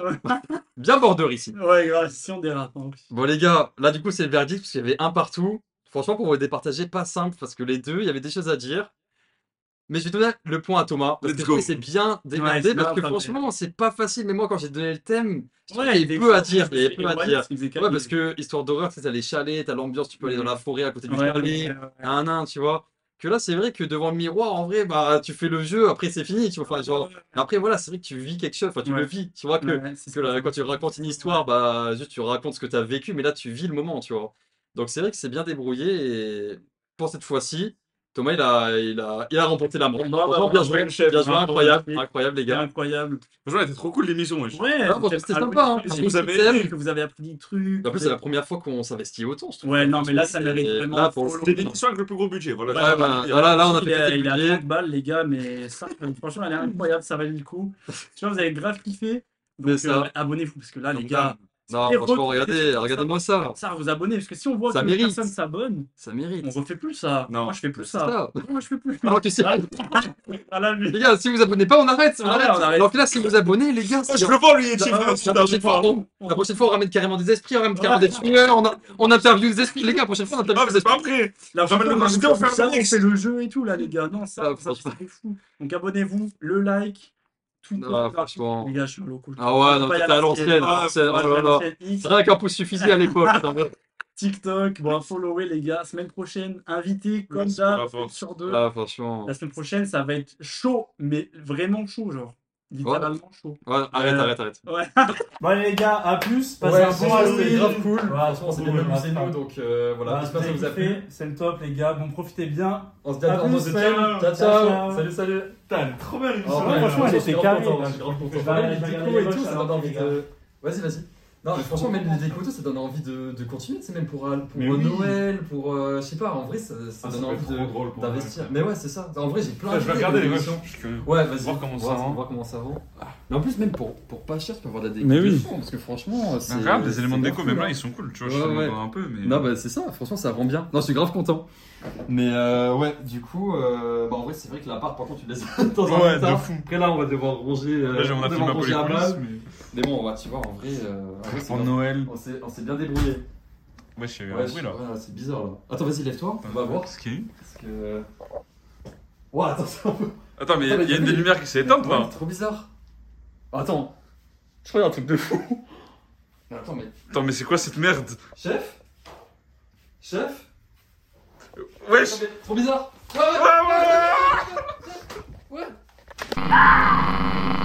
[SPEAKER 2] Bien border ici.
[SPEAKER 1] ouais. Ouais, grave, si on dérape. hein. en plus.
[SPEAKER 2] Bon les gars, là du coup c'est le verdict parce qu'il y avait un partout. Franchement pour vous départager, pas simple parce que les deux, il y avait des choses à dire. Mais je vais donner le point à Thomas parce
[SPEAKER 3] Let's
[SPEAKER 2] que
[SPEAKER 3] go.
[SPEAKER 2] c'est bien démerdé
[SPEAKER 1] c'est
[SPEAKER 2] parce que
[SPEAKER 1] grave,
[SPEAKER 2] franchement c'est pas facile. Mais moi quand j'ai donné le thème, je trouvais
[SPEAKER 1] Ouais,
[SPEAKER 2] qu'il y avait peu à dire, il y avait
[SPEAKER 1] avait
[SPEAKER 2] peu à dire. Ouais parce que histoire d'horreur, tu sais, t'as les chalets, t'as l'ambiance, tu peux aller dans la forêt à côté du chalet, à un nain, tu vois. Que là c'est vrai que devant le miroir, en vrai bah tu fais le jeu, après c'est fini, tu vois. Enfin, genre après voilà c'est vrai que tu vis quelque chose, enfin tu le
[SPEAKER 1] Ouais.
[SPEAKER 2] vis, tu vois que parce que là, quand tu racontes une histoire, bah, juste tu racontes ce que tu as vécu, mais là, tu vis le moment, tu vois. Donc, c'est vrai que c'est bien débrouillé. Et pour cette fois-ci, Thomas, il a, il a, il a remporté la manche.
[SPEAKER 1] Bah, bah,
[SPEAKER 2] Franchement, bien
[SPEAKER 1] bravo,
[SPEAKER 2] joué,
[SPEAKER 1] le chef,
[SPEAKER 2] bien joué,
[SPEAKER 1] bravo,
[SPEAKER 2] incroyable,
[SPEAKER 1] merci.
[SPEAKER 2] incroyable, les
[SPEAKER 1] C'est
[SPEAKER 2] gars.
[SPEAKER 1] incroyable.
[SPEAKER 3] Franchement, elle était trop cool l'émission, moi. je-
[SPEAKER 1] Ouais,
[SPEAKER 2] Non, franchement, c'était sympa, hein.
[SPEAKER 1] Parce
[SPEAKER 3] Si
[SPEAKER 1] que
[SPEAKER 3] vous
[SPEAKER 1] vous
[SPEAKER 3] avez
[SPEAKER 1] avez
[SPEAKER 3] aimé,
[SPEAKER 1] vu que vous avez appris des trucs.
[SPEAKER 2] En plus, c'est la première fois qu'on s'investit autant, je trouve.
[SPEAKER 1] Ouais, non, mais là, ça mérite
[SPEAKER 2] Et
[SPEAKER 1] vraiment.
[SPEAKER 2] là, pour le-
[SPEAKER 1] follow.
[SPEAKER 3] C'était l'émission avec le plus gros budget. Voilà.
[SPEAKER 2] Ouais, bah, voilà, là, on a
[SPEAKER 1] Il a,
[SPEAKER 2] fait
[SPEAKER 1] il a
[SPEAKER 2] quelques
[SPEAKER 1] 30 balles, les gars, mais ça, euh, franchement, elle est incroyable, ça valait le coup. Tu vois, vous avez grave kiffé.
[SPEAKER 2] Mais
[SPEAKER 1] Donc,
[SPEAKER 2] ça-
[SPEAKER 1] euh, abonnez-vous, parce que là, les
[SPEAKER 3] Donc,
[SPEAKER 1] gars,
[SPEAKER 2] Non,
[SPEAKER 1] Et
[SPEAKER 2] franchement,
[SPEAKER 1] recruter,
[SPEAKER 2] regardez, regardez-moi ça.
[SPEAKER 1] ça, vous abonnez, parce que si on voit
[SPEAKER 2] Ça
[SPEAKER 1] que
[SPEAKER 2] mérite.
[SPEAKER 1] personne s'abonne,
[SPEAKER 2] Ça mérite.
[SPEAKER 1] on refait plus ça.
[SPEAKER 3] Non.
[SPEAKER 1] Moi, je fais plus
[SPEAKER 2] C'est
[SPEAKER 1] ça.
[SPEAKER 2] ça.
[SPEAKER 1] Moi, je fais plus.
[SPEAKER 2] Ah, tu sais-
[SPEAKER 1] Ah, à
[SPEAKER 2] <laughs>
[SPEAKER 1] la vue.
[SPEAKER 2] Les gars, si vous abonnez pas, on arrête. On
[SPEAKER 1] Ah ouais,
[SPEAKER 2] arrête.
[SPEAKER 1] on arrête.
[SPEAKER 2] Donc là, si vous abonnez, les gars,
[SPEAKER 3] Oh,
[SPEAKER 2] c'est-
[SPEAKER 3] je le vois, lui, il est chill,
[SPEAKER 1] Ah,
[SPEAKER 3] frère,
[SPEAKER 1] ouais,
[SPEAKER 3] putain,
[SPEAKER 2] la
[SPEAKER 3] j'ai
[SPEAKER 2] prochaine, fois,
[SPEAKER 3] pas-
[SPEAKER 2] on, la prochaine fois, on ramène carrément des esprits, on ramène carrément des tueurs, on, a- on interviewe des esprits, les gars, la prochaine fois, on
[SPEAKER 3] Ah,
[SPEAKER 2] interviewe
[SPEAKER 3] mais
[SPEAKER 2] des
[SPEAKER 3] c'est pas
[SPEAKER 2] esprits.
[SPEAKER 3] après.
[SPEAKER 1] La
[SPEAKER 3] J'emmène
[SPEAKER 1] prochaine
[SPEAKER 3] le
[SPEAKER 1] fois,
[SPEAKER 3] marché,
[SPEAKER 1] on
[SPEAKER 3] on fait un
[SPEAKER 1] fait ça,
[SPEAKER 3] remix.
[SPEAKER 1] on fait le jeu et tout, là, les gars. Non, ça,
[SPEAKER 2] Ah,
[SPEAKER 1] ça,
[SPEAKER 2] franchement.
[SPEAKER 1] c'est fou. Donc, abonnez-vous, le like, tout.
[SPEAKER 2] Ah, franchement.
[SPEAKER 1] Les gars, je suis au cool.
[SPEAKER 2] Ah ouais, non,
[SPEAKER 1] Pas y
[SPEAKER 2] t'es
[SPEAKER 1] aller.
[SPEAKER 2] à l'ancienne.
[SPEAKER 3] Ah,
[SPEAKER 2] à l'ancienne,
[SPEAKER 1] Voilà,
[SPEAKER 2] oh là là.
[SPEAKER 1] chaîne X,
[SPEAKER 2] C'est vrai qu'un pouce suffisait à l'époque. hein, putain, ouais.
[SPEAKER 1] TikTok, bon, followez les gars. Semaine prochaine, invité comme
[SPEAKER 3] Merci pour
[SPEAKER 1] ça,
[SPEAKER 3] la force.
[SPEAKER 1] sur deux.
[SPEAKER 2] Ah, franchement.
[SPEAKER 1] La semaine prochaine, ça va être chaud, mais vraiment chaud, genre. Littéralement chaud.
[SPEAKER 2] Ouais, arrête,
[SPEAKER 1] Euh,
[SPEAKER 2] arrête, arrête.
[SPEAKER 1] Ouais. bon, allez, les gars, à plus. Passez un bon Halloween. Voilà, trop cool, voilà.
[SPEAKER 2] donc
[SPEAKER 1] euh, Voilà, vous avez kiffé, C'est le top, les gars. Bon, profitez bien.
[SPEAKER 2] On se
[SPEAKER 1] dit à- on se dit ciao. Ciao, ciao.
[SPEAKER 2] Salut, salut.
[SPEAKER 3] Putain, elle est trop belle, l'émission.
[SPEAKER 1] Ah ouais, franchement, elle était carrée.
[SPEAKER 2] content.
[SPEAKER 1] Bah,
[SPEAKER 2] Même
[SPEAKER 1] je vais
[SPEAKER 2] les
[SPEAKER 1] regarder
[SPEAKER 2] décos
[SPEAKER 1] les
[SPEAKER 2] et tout,
[SPEAKER 1] moches,
[SPEAKER 2] ça
[SPEAKER 1] alors,
[SPEAKER 2] donne envie
[SPEAKER 1] les gars.
[SPEAKER 2] de. Vas-y, vas-y. Non, mais franchement, même les décos et tout, ça donne envie de, de continuer, c'est même pour, euh, pour
[SPEAKER 3] Mais
[SPEAKER 2] euh,
[SPEAKER 3] oui.
[SPEAKER 2] Noël, pour. euh, je sais pas, en vrai, ça, ça
[SPEAKER 3] Ah, ça
[SPEAKER 2] donne
[SPEAKER 3] peut
[SPEAKER 2] envie
[SPEAKER 3] être trop
[SPEAKER 2] de-
[SPEAKER 3] drôle pour
[SPEAKER 2] d'investir.
[SPEAKER 3] Noël.
[SPEAKER 2] Mais ouais, c'est ça. En vrai, j'ai plein
[SPEAKER 3] Putain, Je vais
[SPEAKER 2] d'idées
[SPEAKER 3] regarder les mecs.
[SPEAKER 2] d'émissions.
[SPEAKER 3] Je suis curieux.
[SPEAKER 2] Ouais, vas-y.
[SPEAKER 3] Voir comment ça Ah.
[SPEAKER 2] Voir-
[SPEAKER 3] rend.
[SPEAKER 2] voir comment ça rend. Mais en plus, même pour, pour pas cher, tu peux avoir de la déco.
[SPEAKER 3] Mais
[SPEAKER 2] de
[SPEAKER 3] oui.
[SPEAKER 2] fou, Parce que franchement, c'est.
[SPEAKER 3] Grave, des
[SPEAKER 2] c'est
[SPEAKER 3] éléments de déco,
[SPEAKER 2] cool,
[SPEAKER 3] même
[SPEAKER 2] hein.
[SPEAKER 3] là, ils sont cool. Tu vois, je
[SPEAKER 2] Ouais,
[SPEAKER 3] suis
[SPEAKER 2] ouais.
[SPEAKER 3] encore un peu, mais.
[SPEAKER 2] Non, bah c'est ça, franchement ça rend bien. Non, je suis grave content. Mais euh, ouais, du coup, euh, bah, en vrai, c'est vrai que l'appart, par contre, tu laisses <laughs> dans un
[SPEAKER 3] Ouais,
[SPEAKER 2] état.
[SPEAKER 3] de fou.
[SPEAKER 2] Après là, on va devoir ronger. euh,
[SPEAKER 3] Là, j'ai- on a
[SPEAKER 2] devoir
[SPEAKER 3] filmé un peu
[SPEAKER 2] ronger
[SPEAKER 3] les
[SPEAKER 2] à
[SPEAKER 3] coulisses,
[SPEAKER 2] balle.
[SPEAKER 3] mais.
[SPEAKER 2] Mais bon, on va, tu vois, en vrai, euh, en vrai, c'est
[SPEAKER 3] Pour
[SPEAKER 2] bien.
[SPEAKER 3] Noël.
[SPEAKER 2] on s'est on s'est bien débrouillé.
[SPEAKER 3] Ouais, je suis
[SPEAKER 2] Ouais,
[SPEAKER 3] oui,
[SPEAKER 2] je-
[SPEAKER 3] là.
[SPEAKER 2] ouais, c'est bizarre là. Attends, vas-y, lève-toi, on va voir.
[SPEAKER 3] Ce qui est-
[SPEAKER 2] Parce que. euh, Ouah, attends, c'est un peu.
[SPEAKER 3] Attends, mais
[SPEAKER 2] Attends, Ah, mais
[SPEAKER 3] il y a une
[SPEAKER 2] t'as
[SPEAKER 3] des
[SPEAKER 2] vu
[SPEAKER 3] lumières qui s'est éteinte
[SPEAKER 2] Ouais,
[SPEAKER 3] là.
[SPEAKER 2] c'est <laughs> trop bizarre. Attends, je crois qu'il y a un truc de fou. Mais attends, mais.
[SPEAKER 3] Attends, mais c'est quoi cette merde
[SPEAKER 2] Chef Chef
[SPEAKER 3] Wesh
[SPEAKER 2] Attends, mais Ah,
[SPEAKER 3] Ah
[SPEAKER 2] Trop bizarre
[SPEAKER 3] Ouais, ouais, ouais.
[SPEAKER 2] Ouais